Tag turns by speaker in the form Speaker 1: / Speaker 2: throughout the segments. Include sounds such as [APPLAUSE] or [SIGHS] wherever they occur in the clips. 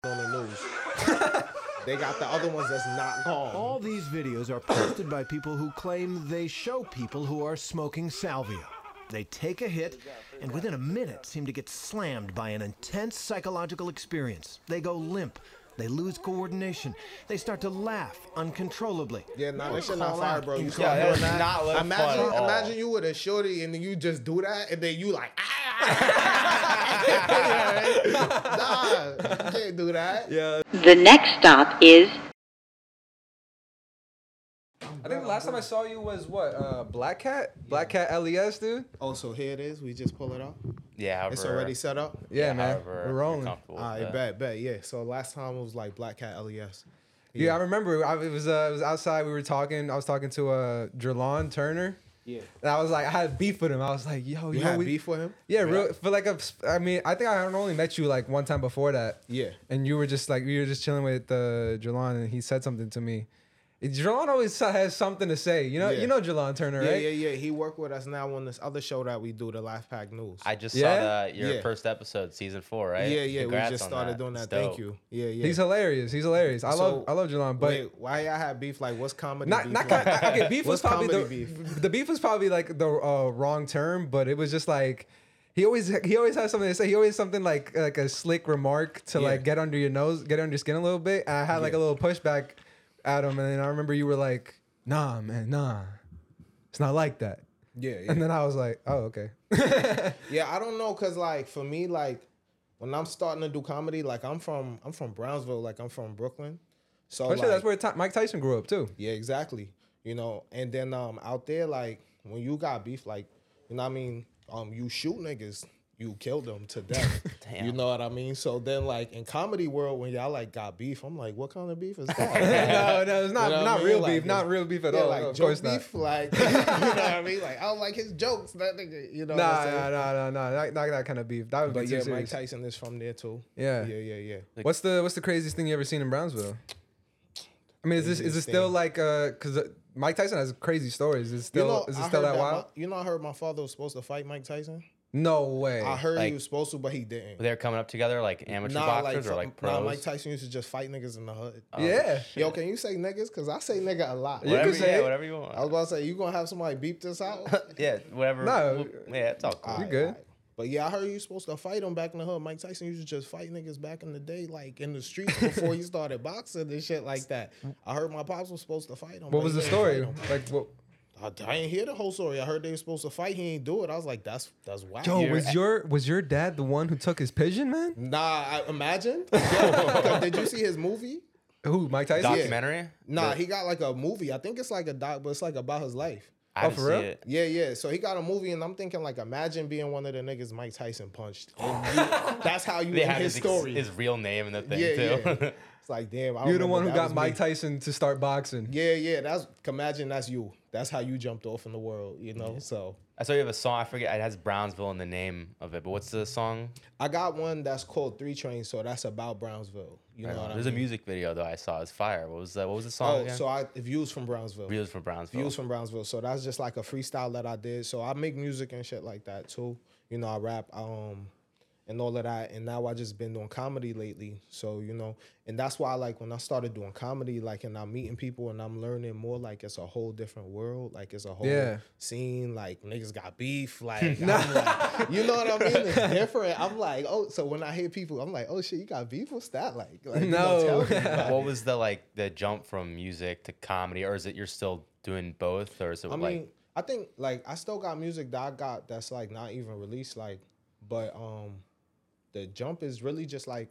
Speaker 1: [LAUGHS] They got the other ones that's not gone.
Speaker 2: All these videos are posted by people who claim they show people who are smoking salvia. They take a hit and within a minute seem to get slammed by an intense psychological experience. They go limp. They lose coordination. They start to laugh uncontrollably.
Speaker 1: Yeah, nah, that shit not
Speaker 2: Call
Speaker 1: fire,
Speaker 2: out
Speaker 1: bro.
Speaker 2: in
Speaker 1: You
Speaker 2: court.
Speaker 1: start
Speaker 3: Yeah,
Speaker 1: doing
Speaker 3: that's not look
Speaker 1: that.
Speaker 3: fun
Speaker 1: Imagine,
Speaker 3: at all.
Speaker 1: imagine you with a shorty and then you just do that, and then you like, ah.
Speaker 2: [LAUGHS]
Speaker 1: nah, you can't do that.
Speaker 3: Yeah,
Speaker 4: The next stop is
Speaker 5: I think the
Speaker 3: Oh,
Speaker 5: last time I saw you was what? Uh, Black Cat? Black Cat LES, dude?
Speaker 1: Oh, so here it is. We just pull it up.
Speaker 3: yeah.
Speaker 1: It's Uh,
Speaker 3: however-
Speaker 1: already set up.
Speaker 5: Yeah, man.
Speaker 3: however
Speaker 5: We're
Speaker 3: you're
Speaker 5: rolling.
Speaker 3: comfortable with
Speaker 1: I
Speaker 3: that.
Speaker 1: bet, bet, yeah. So last time it was like Black Cat E LES.
Speaker 5: Yeah, I remember. I, it was uh, it was outside. We were talking. I was talking to uh, Drelon Turner. Yeah. And I was like, I had beef with him. I was like, Yo,
Speaker 1: You
Speaker 5: yo,
Speaker 1: had
Speaker 5: we-
Speaker 1: beef with him?
Speaker 5: Yeah, real. For like, a, I mean, I think I had only met you like one time before that.
Speaker 1: Yeah.
Speaker 5: And you were just like, you were just chilling with uh, Drelon, and he said something to me. Drelon always has something to say. You know,
Speaker 1: Yeah.
Speaker 5: you know Drelon Turner,
Speaker 1: Yeah,
Speaker 5: right?
Speaker 1: yeah, yeah. He worked with us now on this other show that we do, the Life Pack News.
Speaker 3: I just
Speaker 5: Yeah?
Speaker 3: saw the, your
Speaker 1: Yeah.
Speaker 3: first episode, season four, right?
Speaker 1: yeah, yeah.
Speaker 3: Congrats
Speaker 1: we just
Speaker 3: on
Speaker 1: started doing
Speaker 3: It's
Speaker 1: that. Thank
Speaker 3: dope.
Speaker 1: you. Yeah, yeah.
Speaker 5: He's hilarious. He's hilarious. I love,
Speaker 1: So-
Speaker 5: I love Drelon, but.
Speaker 1: Wait, why y'all had beef? Like, what's comedy?
Speaker 5: not
Speaker 1: beef
Speaker 5: not
Speaker 1: like?
Speaker 5: kind
Speaker 1: [LAUGHS]
Speaker 5: okay. Beef
Speaker 1: What's
Speaker 5: was probably the
Speaker 1: comedy beef?
Speaker 5: the beef was probably like the uh, wrong term, but it was just like he always he always has something to say. He always something like like a slick remark to like
Speaker 1: Yeah.
Speaker 5: get under your nose, get under your skin a little bit. And I had like a little pushback at him, and then I remember you were like, "Nah, man, nah, it's not like that."
Speaker 1: yeah, yeah. Oh,
Speaker 5: And then I was like, "Oh, okay."
Speaker 1: [LAUGHS]
Speaker 5: [LAUGHS]
Speaker 1: Yeah, I don't know, cause like for me, like when I'm starting to do comedy, like I'm from I'm from Brownsville, like I'm from Brooklyn, so
Speaker 5: But
Speaker 1: like,
Speaker 5: sure, Oh, that's where Ty- Mike Tyson grew up too.
Speaker 1: [LAUGHS]
Speaker 5: [LAUGHS]
Speaker 1: yeah, exactly. You know, and then um out there, like when you got beef, like you know what I mean, um you shoot niggas, you kill them
Speaker 5: [LAUGHS]
Speaker 1: to death. You know what I mean? So then like in comedy world, when y'all like got beef, I'm like, what kind of beef is
Speaker 5: [LAUGHS]
Speaker 1: that? [LAUGHS]
Speaker 5: no, no, it's
Speaker 1: You
Speaker 5: not
Speaker 1: know what I
Speaker 5: not
Speaker 1: mean?
Speaker 5: real
Speaker 1: Like,
Speaker 5: beef, not real beef at
Speaker 1: yeah,
Speaker 5: all.
Speaker 1: like
Speaker 5: no, of
Speaker 1: joke
Speaker 5: course not.
Speaker 1: beef, like [LAUGHS]
Speaker 5: [LAUGHS]
Speaker 1: you know what I mean? Like I don't like his jokes, that nigga. You know? what
Speaker 5: Nah,
Speaker 1: I'm saying?
Speaker 5: nah, nah, nah, nah, not, not that kind of beef. That would be
Speaker 1: But
Speaker 5: too
Speaker 1: yeah, Mike
Speaker 5: serious.
Speaker 1: Tyson is from there too.
Speaker 5: Yeah.
Speaker 1: yeah, yeah, yeah.
Speaker 5: What's the what's the craziest thing you ever seen in Brownsville? I mean, is this is it
Speaker 1: Craziest
Speaker 5: still
Speaker 1: thing.
Speaker 5: like uh, cause uh, Mike Tyson has crazy stories. Is it still is it
Speaker 1: I
Speaker 5: still
Speaker 1: heard
Speaker 5: that
Speaker 1: my-
Speaker 5: wild?
Speaker 1: you know, I heard my father was supposed to fight Mike Tyson.
Speaker 5: No way.
Speaker 1: I heard
Speaker 3: Like-
Speaker 1: he was supposed to, but he didn't.
Speaker 3: They're coming up together like amateur
Speaker 1: Nah, like, Oh,
Speaker 3: boxers or like
Speaker 1: fuck- nah,
Speaker 3: pros.
Speaker 1: Mike Tyson used to just fight niggas in the hood.
Speaker 5: yeah.
Speaker 1: Yo, can you say niggas? Cause I say nigga a lot.
Speaker 5: You
Speaker 3: whatever,
Speaker 5: can say
Speaker 3: yeah,
Speaker 5: it.
Speaker 3: whatever you want.
Speaker 1: I was about to say, you gonna have somebody beep this out? [LAUGHS]
Speaker 3: yeah, whatever.
Speaker 5: No.
Speaker 3: yeah, it's all cool.
Speaker 5: You good?
Speaker 1: But yeah, I heard you supposed to fight him back in the hood. Mike Tyson used to just fight niggas back in the day, like in the streets before [LAUGHS] he started boxing and shit like that. I heard my pops was supposed to fight him.
Speaker 5: What
Speaker 1: but
Speaker 5: was
Speaker 1: he
Speaker 5: the
Speaker 1: didn't fight
Speaker 5: story?
Speaker 1: him.
Speaker 5: Like what?
Speaker 1: I, I didn't hear the whole story. I heard they were supposed to fight. He ain't do it. I was like, that's that's whack.
Speaker 5: Yo, was your was your dad the one who took his pigeon, man?
Speaker 1: Nah, I [LAUGHS] imagine. Yo, did you see his movie?
Speaker 5: Who Mike Tyson?
Speaker 3: Documentary?
Speaker 1: Nah, he got like a movie. I think it's like a doc, but it's like about his life.
Speaker 3: I didn't
Speaker 5: for
Speaker 3: see
Speaker 5: real?
Speaker 3: it.
Speaker 1: Yeah, yeah. So he got a movie, and I'm thinking like, imagine being one of the niggas Mike Tyson [LAUGHS] punched. And you- that's how you
Speaker 3: They
Speaker 1: in
Speaker 3: had
Speaker 1: his
Speaker 3: his, ex-
Speaker 1: story.
Speaker 3: his real name in the thing
Speaker 1: yeah,
Speaker 3: too. [LAUGHS]
Speaker 1: yeah. It's like damn. I
Speaker 5: You're the
Speaker 1: remember
Speaker 5: one who
Speaker 1: that
Speaker 5: got
Speaker 1: was
Speaker 5: Mike
Speaker 1: me.
Speaker 5: Tyson to start boxing.
Speaker 1: Yeah, yeah. That's imagine that's you. That's how you jumped off in the world. You know. So
Speaker 3: I saw you have a song. I forget. It has Brownsville in the name of it, but what's the song?
Speaker 1: I got one that's called Three Train. So that's about Brownsville. You know. What I
Speaker 3: There's a
Speaker 1: mean?
Speaker 3: music video though I saw. It's fire. What was that? What was the song?
Speaker 1: Oh,
Speaker 3: again?
Speaker 1: so I views from Brownsville.
Speaker 3: Views from Brownsville.
Speaker 1: Views from Brownsville. So that's just like a freestyle that I did. So I make music and shit like that too. You know, I rap um and all of that. And now I just been doing comedy lately. So, you know, and that's why like when I started doing comedy, like and I'm meeting people and I'm learning more, like it's a whole different world. Like it's a whole
Speaker 5: Yeah.
Speaker 1: scene. Like niggas got beef.
Speaker 5: [LAUGHS]
Speaker 1: Like, I'm like you know what I mean? It's different. I'm like, oh, so when I hear people, I'm like, oh shit, you got beef? What's that like? like you don't
Speaker 5: No.
Speaker 1: tell me
Speaker 5: [LAUGHS]
Speaker 1: about it.
Speaker 3: what was the like the jump from music to comedy, or is it you're still doing both, or is it
Speaker 1: I
Speaker 3: like
Speaker 1: mean, I think like I still got music that I got that's like not even released, like, but um, the jump is really just like,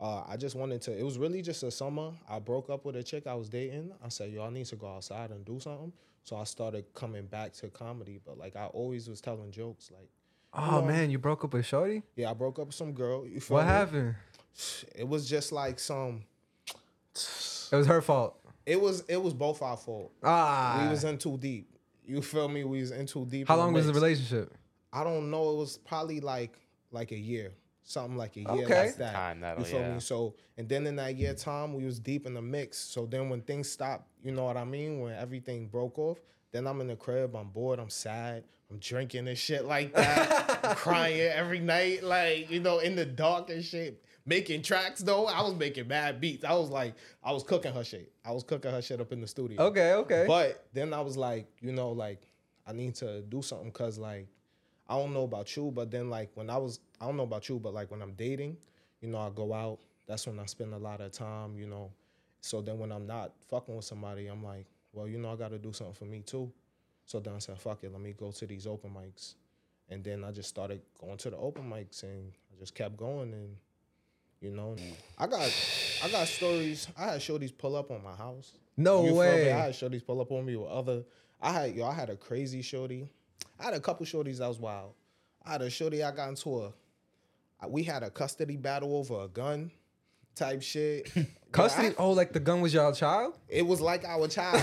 Speaker 1: uh, I just wanted to. It was really just a summer. I broke up with a chick I was dating. I said, yo, I need to go outside and do something. So I started coming back to comedy, but like I always was telling jokes, like.
Speaker 5: Oh man, you broke up with Shorty.
Speaker 1: Yeah, I broke up with some girl. You feel
Speaker 5: What
Speaker 1: me?
Speaker 5: happened?
Speaker 1: It was just like some.
Speaker 5: It was her fault.
Speaker 1: It was it was both our fault.
Speaker 5: Ah.
Speaker 1: we was in too deep. You feel me? We was in too deep.
Speaker 5: How
Speaker 1: in
Speaker 5: long was the
Speaker 1: mix.
Speaker 5: relationship?
Speaker 1: I don't know. It was probably like like a year, something like a year
Speaker 5: Okay.
Speaker 1: like that.
Speaker 3: Time, that'll-
Speaker 1: you feel
Speaker 3: yeah.
Speaker 1: me? So and then in that year time, we was deep in the mix. So then when things stopped, you know what I mean? When everything broke off, then I'm in the crib. I'm bored. I'm sad. I'm drinking and shit like that, I'm crying every night, like you know, in the dark and shit. making tracks though. I was making mad beats. I was like, I was cooking her shit. I was cooking her shit up in the studio.
Speaker 5: Okay, okay.
Speaker 1: But then I was like, you know, like I need to do something because like I don't know about you, but then like when I was I don't know about you, but like when I'm dating, you know, I go out. That's when I spend a lot of time, you know. So then when I'm not fucking with somebody, I'm like, well, you know, I gotta do something for me too. So then I said, fuck it, let me go to these open mics. And then I just started going to the open mics and I just kept going and you know I got I got stories. I had shorties pull up on my house.
Speaker 5: No
Speaker 1: You feel me?
Speaker 5: way.
Speaker 1: I had shorties pull up on me with other I had yo, I had a crazy shorty. I had a couple shorties that was wild. I had a shorty I got into a I- we had a custody battle over a gun type shit. Yo, I-
Speaker 5: [LAUGHS] Custody? Oh, like the gun was y'all child?
Speaker 1: it was like our child.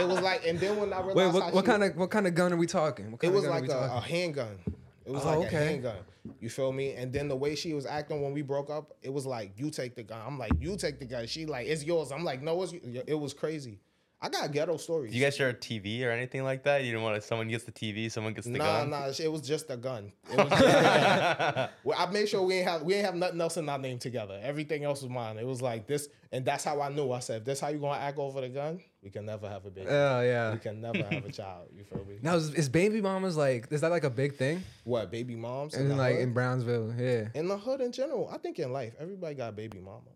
Speaker 1: it was like, and then when I realized
Speaker 5: Wait,
Speaker 1: how
Speaker 5: what,
Speaker 1: she
Speaker 5: what kind of what kind of gun are we talking? What
Speaker 1: it
Speaker 5: kind
Speaker 1: was
Speaker 5: of gun are
Speaker 1: like
Speaker 5: we
Speaker 1: a, uh,
Speaker 5: talking?
Speaker 1: a handgun. It was like
Speaker 5: Oh,
Speaker 1: a
Speaker 5: okay.
Speaker 1: handgun. You feel me? And then the way she was acting when we broke up, it was like you take the gun. I'm like you take the gun. She like it's yours. I'm like no, it's you. it was crazy. I got ghetto stories.
Speaker 3: Do you guys share a TV or anything like that? You didn't want to, someone gets the TV, someone gets the
Speaker 1: Nah,
Speaker 3: gun.
Speaker 1: nah, it was just a gun. It was just a
Speaker 5: [LAUGHS]
Speaker 1: gun. Well, I made sure we ain't have we ain't have nothing else in our name together. Everything else was mine. It was like this, and that's how I knew. I said, if "This how you gonna act over the gun? We can never have a baby.
Speaker 5: Oh yeah.
Speaker 1: We can never have a
Speaker 5: [LAUGHS]
Speaker 1: child." You feel me?
Speaker 5: Now is, is baby mamas like is that like a big thing?
Speaker 1: What baby moms? in
Speaker 5: And
Speaker 1: the
Speaker 5: like
Speaker 1: hood?
Speaker 5: in Brownsville, yeah.
Speaker 1: in the hood in general. I think in life, everybody got a baby mama.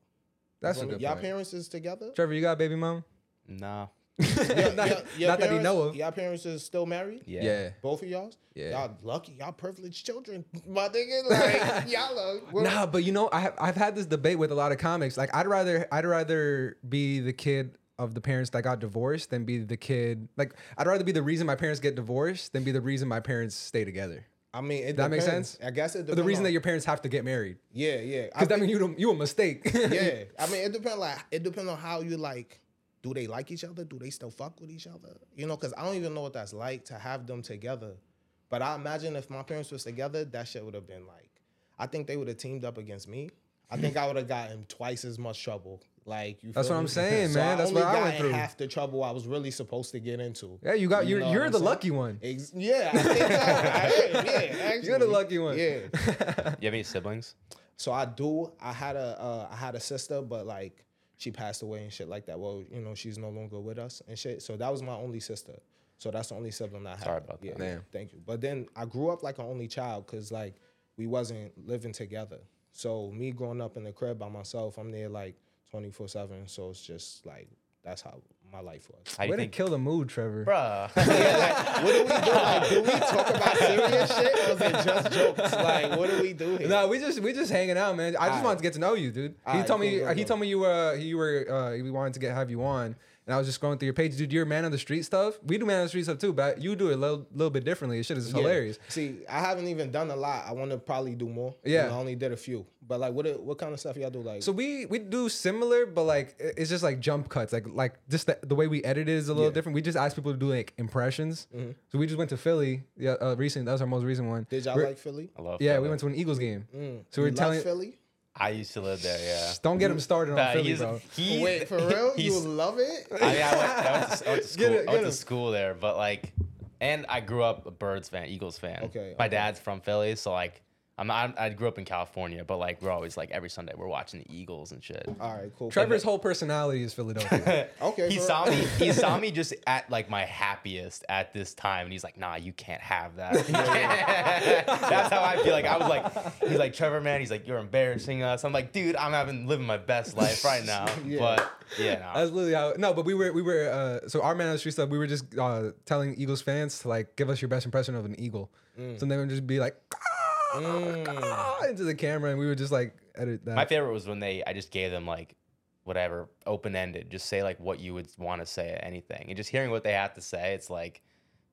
Speaker 5: That's
Speaker 1: I
Speaker 5: a
Speaker 1: mean,
Speaker 5: good
Speaker 1: y'all
Speaker 5: point.
Speaker 1: parents is together.
Speaker 5: Trevor, you got a baby mom?
Speaker 3: Nah.
Speaker 1: [LAUGHS] Yeah,
Speaker 5: [LAUGHS] not not that he know of.
Speaker 1: Y'all parents is still married.
Speaker 3: Yeah.
Speaker 5: Yeah.
Speaker 1: Both of y'all's.
Speaker 5: Yeah.
Speaker 1: Y'all lucky. Y'all privileged children. [LAUGHS] My nigga,
Speaker 5: [LAUGHS]
Speaker 1: like y'all. Are, we're-
Speaker 5: Nah, but you know, I have, I've had this debate with a lot of comics. Like, I'd rather I'd rather be the kid of the parents that got divorced than be the kid. Like, I'd rather be the reason my parents get divorced than be the reason my parents stay together.
Speaker 1: I mean, it
Speaker 5: That makes
Speaker 1: depends.
Speaker 5: sense?
Speaker 1: I guess it
Speaker 5: Or
Speaker 1: depends.
Speaker 5: the reason
Speaker 1: on-
Speaker 5: that your parents have to get married
Speaker 1: Yeah, yeah. I
Speaker 5: because that means you don't- you a mistake. [LAUGHS]
Speaker 1: yeah. I mean, it depends. Like, it depends on how you like. Do they like each other? Do they still fuck with each other? You know, because I don't even know what that's like to have them together. But I imagine if my parents was together, that shit would have been like. I think they would have teamed up against me. I think
Speaker 5: [LAUGHS]
Speaker 1: I would have gotten twice as much trouble. Like you.
Speaker 5: That's
Speaker 1: feel
Speaker 5: what I'm
Speaker 1: me? [LAUGHS]
Speaker 5: saying,
Speaker 1: So
Speaker 5: man.
Speaker 1: I
Speaker 5: That's
Speaker 1: only
Speaker 5: what I
Speaker 1: got
Speaker 5: went
Speaker 1: in
Speaker 5: through.
Speaker 1: Half the trouble I was really supposed to get into.
Speaker 5: yeah, you got you're
Speaker 1: know what
Speaker 5: you're
Speaker 1: I'm
Speaker 5: the
Speaker 1: saying?
Speaker 5: lucky one.
Speaker 1: Ex- yeah, I
Speaker 5: [LAUGHS]
Speaker 1: think so. I am, yeah, actually.
Speaker 5: You're the lucky one.
Speaker 1: Yeah.
Speaker 3: You have any siblings?
Speaker 1: So I do. I had a uh, I had a sister, but like she passed away and shit like that. Well, you know, she's no longer with us and shit. So that was my only sister. So that's the only sibling I had.
Speaker 3: Sorry about that.
Speaker 1: Yeah,
Speaker 5: Damn.
Speaker 1: Thank you. But then I grew up like an only child because like we wasn't living together. So me growing up in the crib by myself, I'm there like 24 seven. So it's just like that's how my life was.
Speaker 3: How do
Speaker 5: Way
Speaker 3: you
Speaker 5: to
Speaker 3: think?
Speaker 5: kill the mood, Trevor.
Speaker 1: [LAUGHS]
Speaker 3: Bruh.
Speaker 1: what do we do? Like, do we talk about serious [LAUGHS] shit or is it just jokes? Like, what do we do here?
Speaker 5: No, we just we just hanging out, man. I just
Speaker 1: Aight.
Speaker 5: wanted to get to know you, dude. he
Speaker 1: Aight,
Speaker 5: told me
Speaker 1: cool, cool,
Speaker 5: he
Speaker 1: cool.
Speaker 5: told me you uh you were uh we wanted to get have you on, and I was just scrolling through your page, dude. You're a man on the street stuff. We do man on the street stuff too, but you do it a little, little bit differently. This shit is
Speaker 1: Yeah.
Speaker 5: hilarious.
Speaker 1: See, I haven't even done a lot. I want to probably do more. You
Speaker 5: Yeah.
Speaker 1: know, I only did a few. But like, what what kind of stuff y'all do? Like,
Speaker 5: So we we do similar, but like i- it's just like jump cuts, like like just the, the way we edit it is a little
Speaker 1: Yeah. Mm-hmm.
Speaker 5: different. We just ask people to do like impressions. So we just went to Philly, yeah, uh, recent. That was our most recent one.
Speaker 1: did y'all
Speaker 5: We're-
Speaker 1: like Philly?
Speaker 3: I love
Speaker 5: Yeah, we
Speaker 3: Philly.
Speaker 5: went to an Eagles game. So
Speaker 1: You
Speaker 5: we're
Speaker 1: love
Speaker 5: telling.
Speaker 1: Philly.
Speaker 3: I used to live there, yeah.
Speaker 5: Don't get him started on
Speaker 3: Nah,
Speaker 5: Philly,
Speaker 3: he's-
Speaker 5: bro. [LAUGHS]
Speaker 3: he-
Speaker 1: Wait, for real? You
Speaker 3: he's-
Speaker 1: love it?
Speaker 3: I mean, I went, I went to,
Speaker 1: [LAUGHS]
Speaker 3: I went to school.
Speaker 5: Get it,
Speaker 3: I went
Speaker 5: get
Speaker 3: to
Speaker 5: it.
Speaker 3: school there, but like, and I grew up a Birds fan, Eagles fan.
Speaker 1: Okay,
Speaker 3: My
Speaker 1: okay.
Speaker 3: dad's from Philly, so like, I'm not. I grew up in California, but like, we're always like every Sunday we're watching the Eagles and shit.
Speaker 1: All right, cool. [LAUGHS]
Speaker 5: Trevor's whole personality is Philadelphia.
Speaker 1: Okay.
Speaker 3: He
Speaker 1: for
Speaker 3: saw
Speaker 1: real.
Speaker 3: me. He saw me just at like my happiest at this time, and he's like, "Nah, you can't have that."
Speaker 5: [LAUGHS]
Speaker 3: That's how I feel. Like I was like, he's like, "Trevor, man," he's like, "You're embarrassing us." I'm like, "Dude, I'm having living my best life
Speaker 5: [LAUGHS]
Speaker 3: right now."
Speaker 1: Yeah.
Speaker 3: But yeah, no.
Speaker 5: That's literally how. No, but we were we were uh, so our man on the street stuff. We were just uh, telling Eagles fans to like give us your best impression of an eagle. So they would just be like "Ah, ah," into the camera, and we would just like edit that.
Speaker 3: My favorite was when they I just gave them like whatever open ended, just say like what you would want to say, anything, and just hearing what they have to say. It's like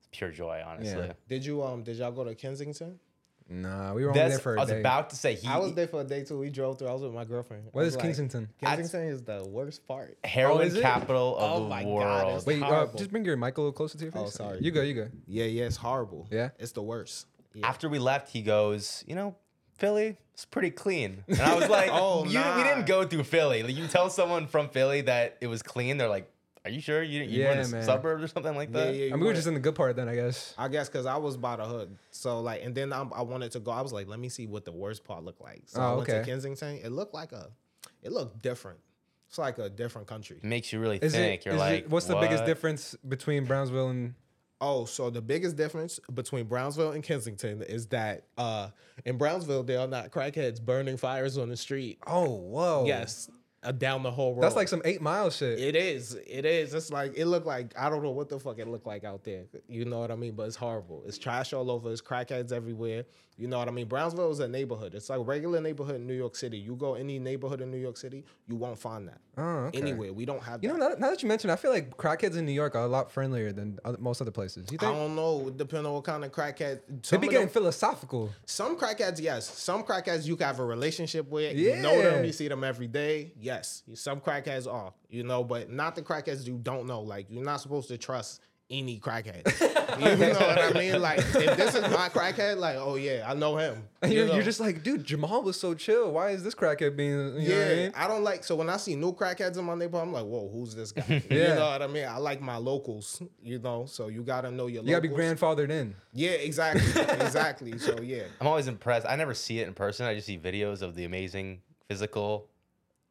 Speaker 3: it's pure joy, honestly.
Speaker 1: Did you um? Did y'all go to Kensington?
Speaker 5: nah, we were only there
Speaker 3: That's, I
Speaker 5: for a
Speaker 3: was
Speaker 5: day.
Speaker 3: about to say he
Speaker 1: I was there for a day too. We drove through. I was with my girlfriend.
Speaker 5: What
Speaker 1: I
Speaker 5: is
Speaker 1: was like,
Speaker 5: Kensington?
Speaker 1: Kensington is the worst part.
Speaker 5: Oh,
Speaker 3: heroin
Speaker 5: is it?
Speaker 3: capital of
Speaker 1: Oh
Speaker 3: the
Speaker 1: my God,
Speaker 3: world.
Speaker 1: it's
Speaker 5: Wait, uh,
Speaker 1: horrible.
Speaker 5: just bring your mic a little closer to your face.
Speaker 1: Oh, sorry.
Speaker 5: You go. You go.
Speaker 1: Yeah, yeah, it's horrible.
Speaker 5: Yeah?
Speaker 1: it's the worst. Yeah.
Speaker 3: After we left, he goes, you know. Philly, it's pretty clean, and
Speaker 5: [LAUGHS]
Speaker 3: I was like,
Speaker 1: Oh,
Speaker 3: "You, we
Speaker 1: nah.
Speaker 3: didn't go through Philly. Like, you tell someone from Philly that it was clean, they're like, are you sure you, you were
Speaker 5: Yeah,
Speaker 3: in the
Speaker 5: man.
Speaker 3: suburbs or something like that?
Speaker 5: I mean, we were just in the good part then, I guess.
Speaker 1: I guess because I was by the hood, so like, and then I, I wanted to go. I was like, let me see what the worst part looked like. So I
Speaker 5: Oh,
Speaker 1: went to
Speaker 5: okay.
Speaker 1: Kensington. It looked like a, it looked different. It's like a different country.
Speaker 3: It makes you really
Speaker 5: Is
Speaker 3: think.
Speaker 5: it,
Speaker 3: You're
Speaker 5: is
Speaker 3: like,
Speaker 5: it, what's the biggest
Speaker 3: "What?"
Speaker 5: difference between Brownsville and
Speaker 1: Oh, so the biggest difference between Brownsville and Kensington is that uh, in Brownsville they are not crackheads burning fires on the street.
Speaker 5: Oh, whoa.
Speaker 1: Yes, uh, down the whole road.
Speaker 5: That's like some eight mile shit.
Speaker 1: It is. It is. It's like it looked like I don't know what the fuck it looked like out there. You know what I mean? But it's horrible. It's trash all over. It's crackheads everywhere. You know what I mean? Brownsville is a neighborhood. It's like regular neighborhood in New York City. You go any neighborhood in New York City, you won't find that
Speaker 5: Oh, okay.
Speaker 1: anywhere. We don't have.
Speaker 5: You know,
Speaker 1: that.
Speaker 5: now, now that you mention, it, I feel like crackheads in New York are a lot friendlier than other, most other places. You
Speaker 1: I
Speaker 5: think
Speaker 1: don't know. Depending on what kind of crackhead.
Speaker 5: they
Speaker 1: Some
Speaker 5: be
Speaker 1: of
Speaker 5: getting
Speaker 1: them-
Speaker 5: philosophical?
Speaker 1: Some crackheads, yes. Some crackheads you can have a relationship with. You know
Speaker 5: Yeah.
Speaker 1: them. You see them every day. Yes. Some crackheads are, you know, but not the crackheads you don't know. Like you're not supposed to trust any
Speaker 5: [LAUGHS]
Speaker 1: crackhead. you know what I mean? Like if this is my crackhead, like oh yeah, I know him.
Speaker 5: And
Speaker 1: You
Speaker 5: [LAUGHS] you're,
Speaker 1: know?
Speaker 5: you're just like, dude, Jamal was so chill. Why is this crackhead being? You yeah. Know what I
Speaker 1: yeah,
Speaker 5: mean?
Speaker 1: I don't like. So when I see new crackheads in my neighborhood, I'm like, whoa, who's this
Speaker 5: [LAUGHS]
Speaker 1: guy? You
Speaker 5: Yeah.
Speaker 1: know what I mean? I like my locals. You know, so you gotta know your.
Speaker 5: You gotta be
Speaker 1: locals. [LAUGHS]
Speaker 5: grandfathered in.
Speaker 1: Yeah, exactly, exactly. So yeah,
Speaker 3: I'm always impressed. I never see it in person. I just see videos of the amazing physical,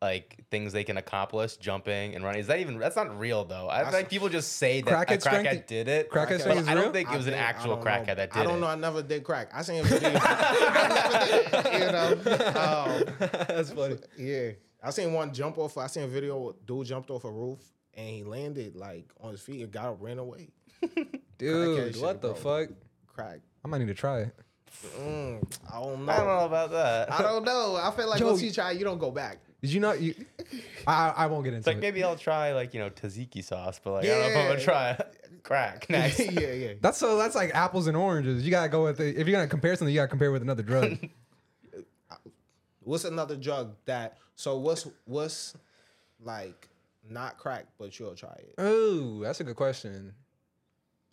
Speaker 3: like things they can accomplish, jumping and running. Is that even? That's not real though. I think people just say that a
Speaker 5: Crackhead
Speaker 3: crackhead
Speaker 5: strength-
Speaker 3: did it.
Speaker 5: crackhead
Speaker 3: but
Speaker 5: strength is
Speaker 3: I don't
Speaker 5: real?
Speaker 3: think it was an
Speaker 1: think- I
Speaker 3: actual
Speaker 1: don't know.
Speaker 3: crackhead that did it.
Speaker 1: I don't know. I never did crack. I seen videos. I never did, [LAUGHS] you know. Um,
Speaker 5: That's funny.
Speaker 1: yeah, I seen one jump off. I seen a video. where Dude jumped off a roof and he landed like on his feet and got up, ran away.
Speaker 5: Dude,
Speaker 1: shit,
Speaker 5: what the
Speaker 1: bro.
Speaker 5: fuck?
Speaker 1: Crack.
Speaker 5: I might need to try it.
Speaker 1: Mm, I don't know.
Speaker 3: I don't know about that.
Speaker 1: I don't know. I feel like
Speaker 5: Yo,
Speaker 1: once you try, you don't go back. [LAUGHS]
Speaker 5: Did you not? You, I I won't get into
Speaker 3: It's like
Speaker 5: it.
Speaker 3: maybe I'll try like you know tzatziki sauce, but like I don't know if I'm gonna
Speaker 1: Yeah.
Speaker 3: try [LAUGHS]
Speaker 1: [LAUGHS]
Speaker 3: crack next.
Speaker 1: yeah, yeah.
Speaker 5: That's so. That's like apples and oranges. You gotta go with it. if you're gonna compare something, you gotta compare with
Speaker 1: [LAUGHS]
Speaker 5: another drug.
Speaker 1: What's another drug that? So what's what's like not crack, but you'll try it?
Speaker 5: oh, that's a good question.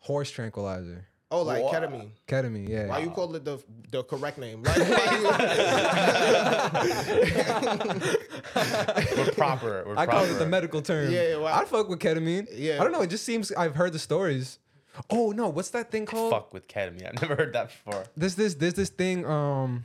Speaker 5: Horse tranquilizer,
Speaker 1: Oh, like
Speaker 3: Wha-
Speaker 1: ketamine.
Speaker 5: ketamine. Yeah.
Speaker 1: Why you call it the the correct name? Like,
Speaker 3: [LAUGHS]
Speaker 1: why you-
Speaker 3: We're proper. We're
Speaker 5: I
Speaker 3: proper.
Speaker 5: call it the medical term.
Speaker 1: Yeah, yeah, well-
Speaker 5: I fuck with ketamine.
Speaker 1: Yeah.
Speaker 5: I don't know. It just seems I've heard the stories. Oh no, what's that thing called?
Speaker 3: Fuck with ketamine. I've never heard that before.
Speaker 5: There's this there's this thing. Um,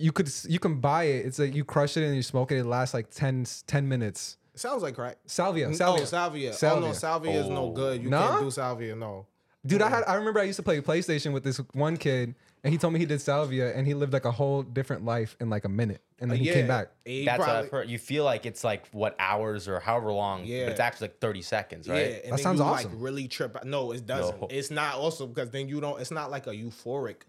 Speaker 5: you could s- you can buy it. It's like you crush it and you smoke it. It lasts like 10, 10 minutes.
Speaker 1: [LAUGHS] Sounds like crack.
Speaker 5: Salvia.
Speaker 1: N-
Speaker 5: Salvia.
Speaker 1: Oh, salvia. Oh no,
Speaker 5: Salvia.
Speaker 1: salvia is no
Speaker 3: Oh.
Speaker 1: good. You
Speaker 5: Nah?
Speaker 1: can't do salvia. No.
Speaker 5: Dude, I had I remember I used to play PlayStation with this one kid, and he told me he did salvia, and he lived like a whole different life in like a minute, and
Speaker 1: Uh,
Speaker 5: then he came back.
Speaker 1: He
Speaker 3: That's what
Speaker 1: probably,
Speaker 3: I've heard. You feel like it's like what hours or however long,
Speaker 1: Yeah.
Speaker 3: but it's actually like 30 seconds,
Speaker 1: yeah,
Speaker 3: right?
Speaker 1: and
Speaker 5: That
Speaker 1: then
Speaker 5: sounds
Speaker 1: you, Like
Speaker 5: awesome.
Speaker 1: really trip. out- No, it doesn't.
Speaker 3: No.
Speaker 1: It's not awesome because then you don't. It's not like a euphoric.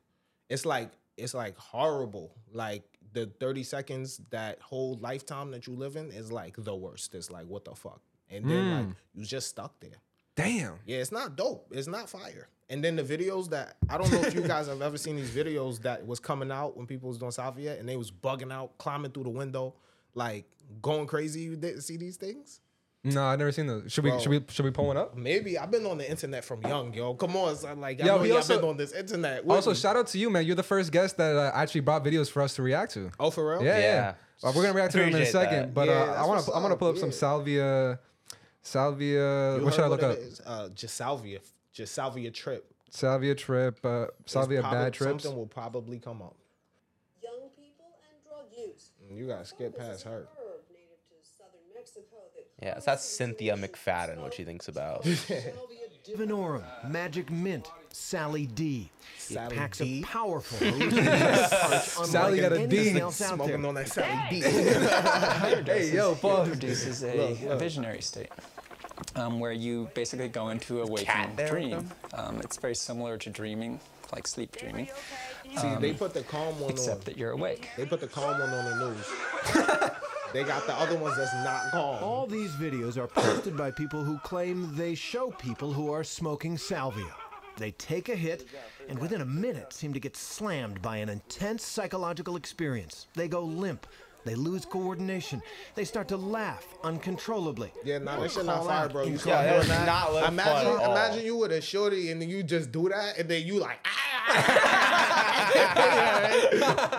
Speaker 1: It's like it's like horrible. Like the thirty seconds that whole lifetime that you live in is like the worst. It's like what the fuck, and then
Speaker 5: Mm.
Speaker 1: like you just stuck there.
Speaker 5: Damn.
Speaker 1: Yeah, it's not dope. It's not fire. And then the videos that I don't know if
Speaker 5: [LAUGHS]
Speaker 1: you guys have ever seen these videos that was coming out when people was doing salvia and they was bugging out, climbing through the window, like going crazy. You didn't see these things?
Speaker 5: No, I've never seen those. Should we should we should we pull one up?
Speaker 1: Maybe I've been on the internet from young, yo. Come on, son. Like I
Speaker 5: Yo,
Speaker 1: know
Speaker 5: he
Speaker 1: y'all
Speaker 5: also-
Speaker 1: been on this internet. with
Speaker 5: Also,
Speaker 1: me.
Speaker 5: shout out to you, man. You're the first guest that uh, actually brought videos for us to react to.
Speaker 1: oh for real?
Speaker 5: Yeah, yeah.
Speaker 3: Yeah.
Speaker 5: Uh, we're gonna react to them in a
Speaker 3: Appreciate
Speaker 5: second,
Speaker 3: that.
Speaker 5: but
Speaker 1: Yeah,
Speaker 5: uh, I
Speaker 1: that's
Speaker 5: want
Speaker 1: what's
Speaker 5: to. I'm gonna
Speaker 1: up,
Speaker 5: pull up some
Speaker 1: yeah.
Speaker 5: salvia. Salvia.
Speaker 1: You
Speaker 5: what should I
Speaker 1: heard
Speaker 5: look
Speaker 1: it
Speaker 5: up?
Speaker 1: is? Uh, just salvia, just salvia trip. It's
Speaker 5: Salvia trip. Uh, salvia
Speaker 1: probab-
Speaker 5: bad trips.
Speaker 1: Something will probably come up.
Speaker 4: young people and drug use.
Speaker 1: You gotta skip past her.
Speaker 4: Herb native to southern Mexico that
Speaker 3: Yeah, it's that Cynthia McFadden, what she
Speaker 1: [LAUGHS]
Speaker 3: thinks about.
Speaker 2: Divinorum, Magic Mint, Sally D.
Speaker 1: Sally
Speaker 2: it packs
Speaker 1: D?
Speaker 2: a powerful
Speaker 1: [LAUGHS]
Speaker 2: hallucinogenic punch
Speaker 5: Sally
Speaker 2: unlike
Speaker 5: got a
Speaker 2: anything
Speaker 5: D.
Speaker 2: else out there.
Speaker 1: Smoking on that Sally
Speaker 5: [LAUGHS]
Speaker 1: B.
Speaker 5: Hey, yo, pause.
Speaker 6: Produces a, a visionary state um, where you basically go into a waking
Speaker 3: there with
Speaker 6: dream. Um, it's very similar to dreaming, like sleep dreaming,
Speaker 1: See, they put the calm one on.
Speaker 6: except that you're awake.
Speaker 1: They put the calm one on the news. they got the other ones that's not calm.
Speaker 2: All these videos are posted by people who claim they show people who are smoking salvia. They take a hit and within a minute seem to get slammed by an intense psychological experience. They go limp. They lose coordination. They start to laugh uncontrollably.
Speaker 1: Yeah, nah, that shit
Speaker 2: Call
Speaker 1: not fire,
Speaker 2: out
Speaker 1: bro. You
Speaker 2: in
Speaker 1: start
Speaker 3: Yeah, that
Speaker 1: doing
Speaker 3: does not look fun
Speaker 1: Imagine,
Speaker 3: at all.
Speaker 1: imagine you with a shorty and then you just do that, and then you like, ah,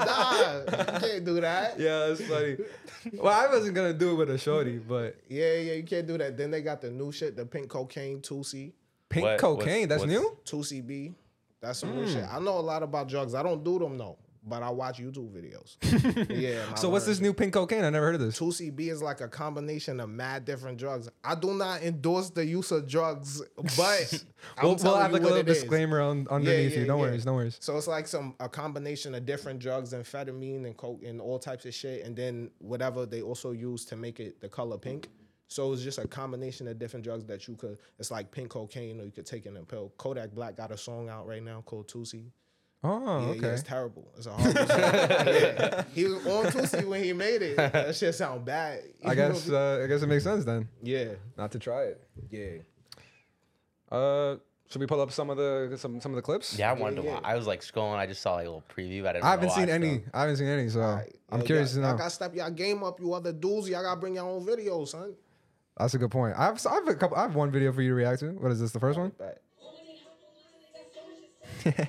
Speaker 1: nah, you can't do that.
Speaker 5: Yeah, that's funny. [LAUGHS] Well, I wasn't gonna do it with a shorty, but
Speaker 1: Yeah, yeah, you can't do that. Then they got the new shit, the pink cocaine, 2C,
Speaker 5: pink
Speaker 3: What- what's-
Speaker 5: cocaine. that's
Speaker 3: what's-
Speaker 5: new.
Speaker 1: 2CB. That's some new shit. I know a lot about drugs. I don't do them though, but I watch YouTube videos. yeah. and I
Speaker 5: So what's
Speaker 1: learn.
Speaker 5: this new pink cocaine? I never heard of this.
Speaker 1: 2CB is like a combination of mad different drugs. I do not endorse the use of drugs,
Speaker 5: [LAUGHS]
Speaker 1: but I'm
Speaker 5: We'll, we'll
Speaker 1: telling
Speaker 5: have
Speaker 1: you
Speaker 5: like a
Speaker 1: what
Speaker 5: little
Speaker 1: it is.
Speaker 5: disclaimer on underneath you. No worries, no worries.
Speaker 1: So it's like some a combination of different drugs, amphetamine and coke and all types of shit, and then whatever they also use to make it the color pink. So it's just a combination of different drugs that you could. It's like pink cocaine, or you could take in a pill. Kodak Black got a song out right now called Tusi.
Speaker 5: Oh,
Speaker 1: Yeah, yeah,
Speaker 5: okay.
Speaker 1: it's terrible. It's a
Speaker 5: [LAUGHS]
Speaker 1: horrible song. Yeah. He was on Tusi when he made it. That shit sound bad.
Speaker 5: I guess uh, I guess it makes sense then
Speaker 1: Yeah,
Speaker 5: not to try it.
Speaker 1: yeah.
Speaker 5: Uh, should we pull up some of the some some of the clips?
Speaker 3: Yeah, I wanted to
Speaker 1: yeah.
Speaker 3: watch. I was like scrolling. I just saw like a little preview. But I, didn't
Speaker 5: I haven't
Speaker 3: wanna
Speaker 5: seen
Speaker 3: watch
Speaker 5: any.
Speaker 3: them.
Speaker 5: I haven't seen any, so I'm
Speaker 1: Yo,
Speaker 5: curious
Speaker 1: y'all,
Speaker 5: to know.
Speaker 1: Y'all gotta step y'all game up, you other dudes. Y'all gotta bring your own video, son.
Speaker 5: That's a good point. I've s- I've a couple. I have one video for you to react to. What is this? The first one? [LAUGHS]
Speaker 1: But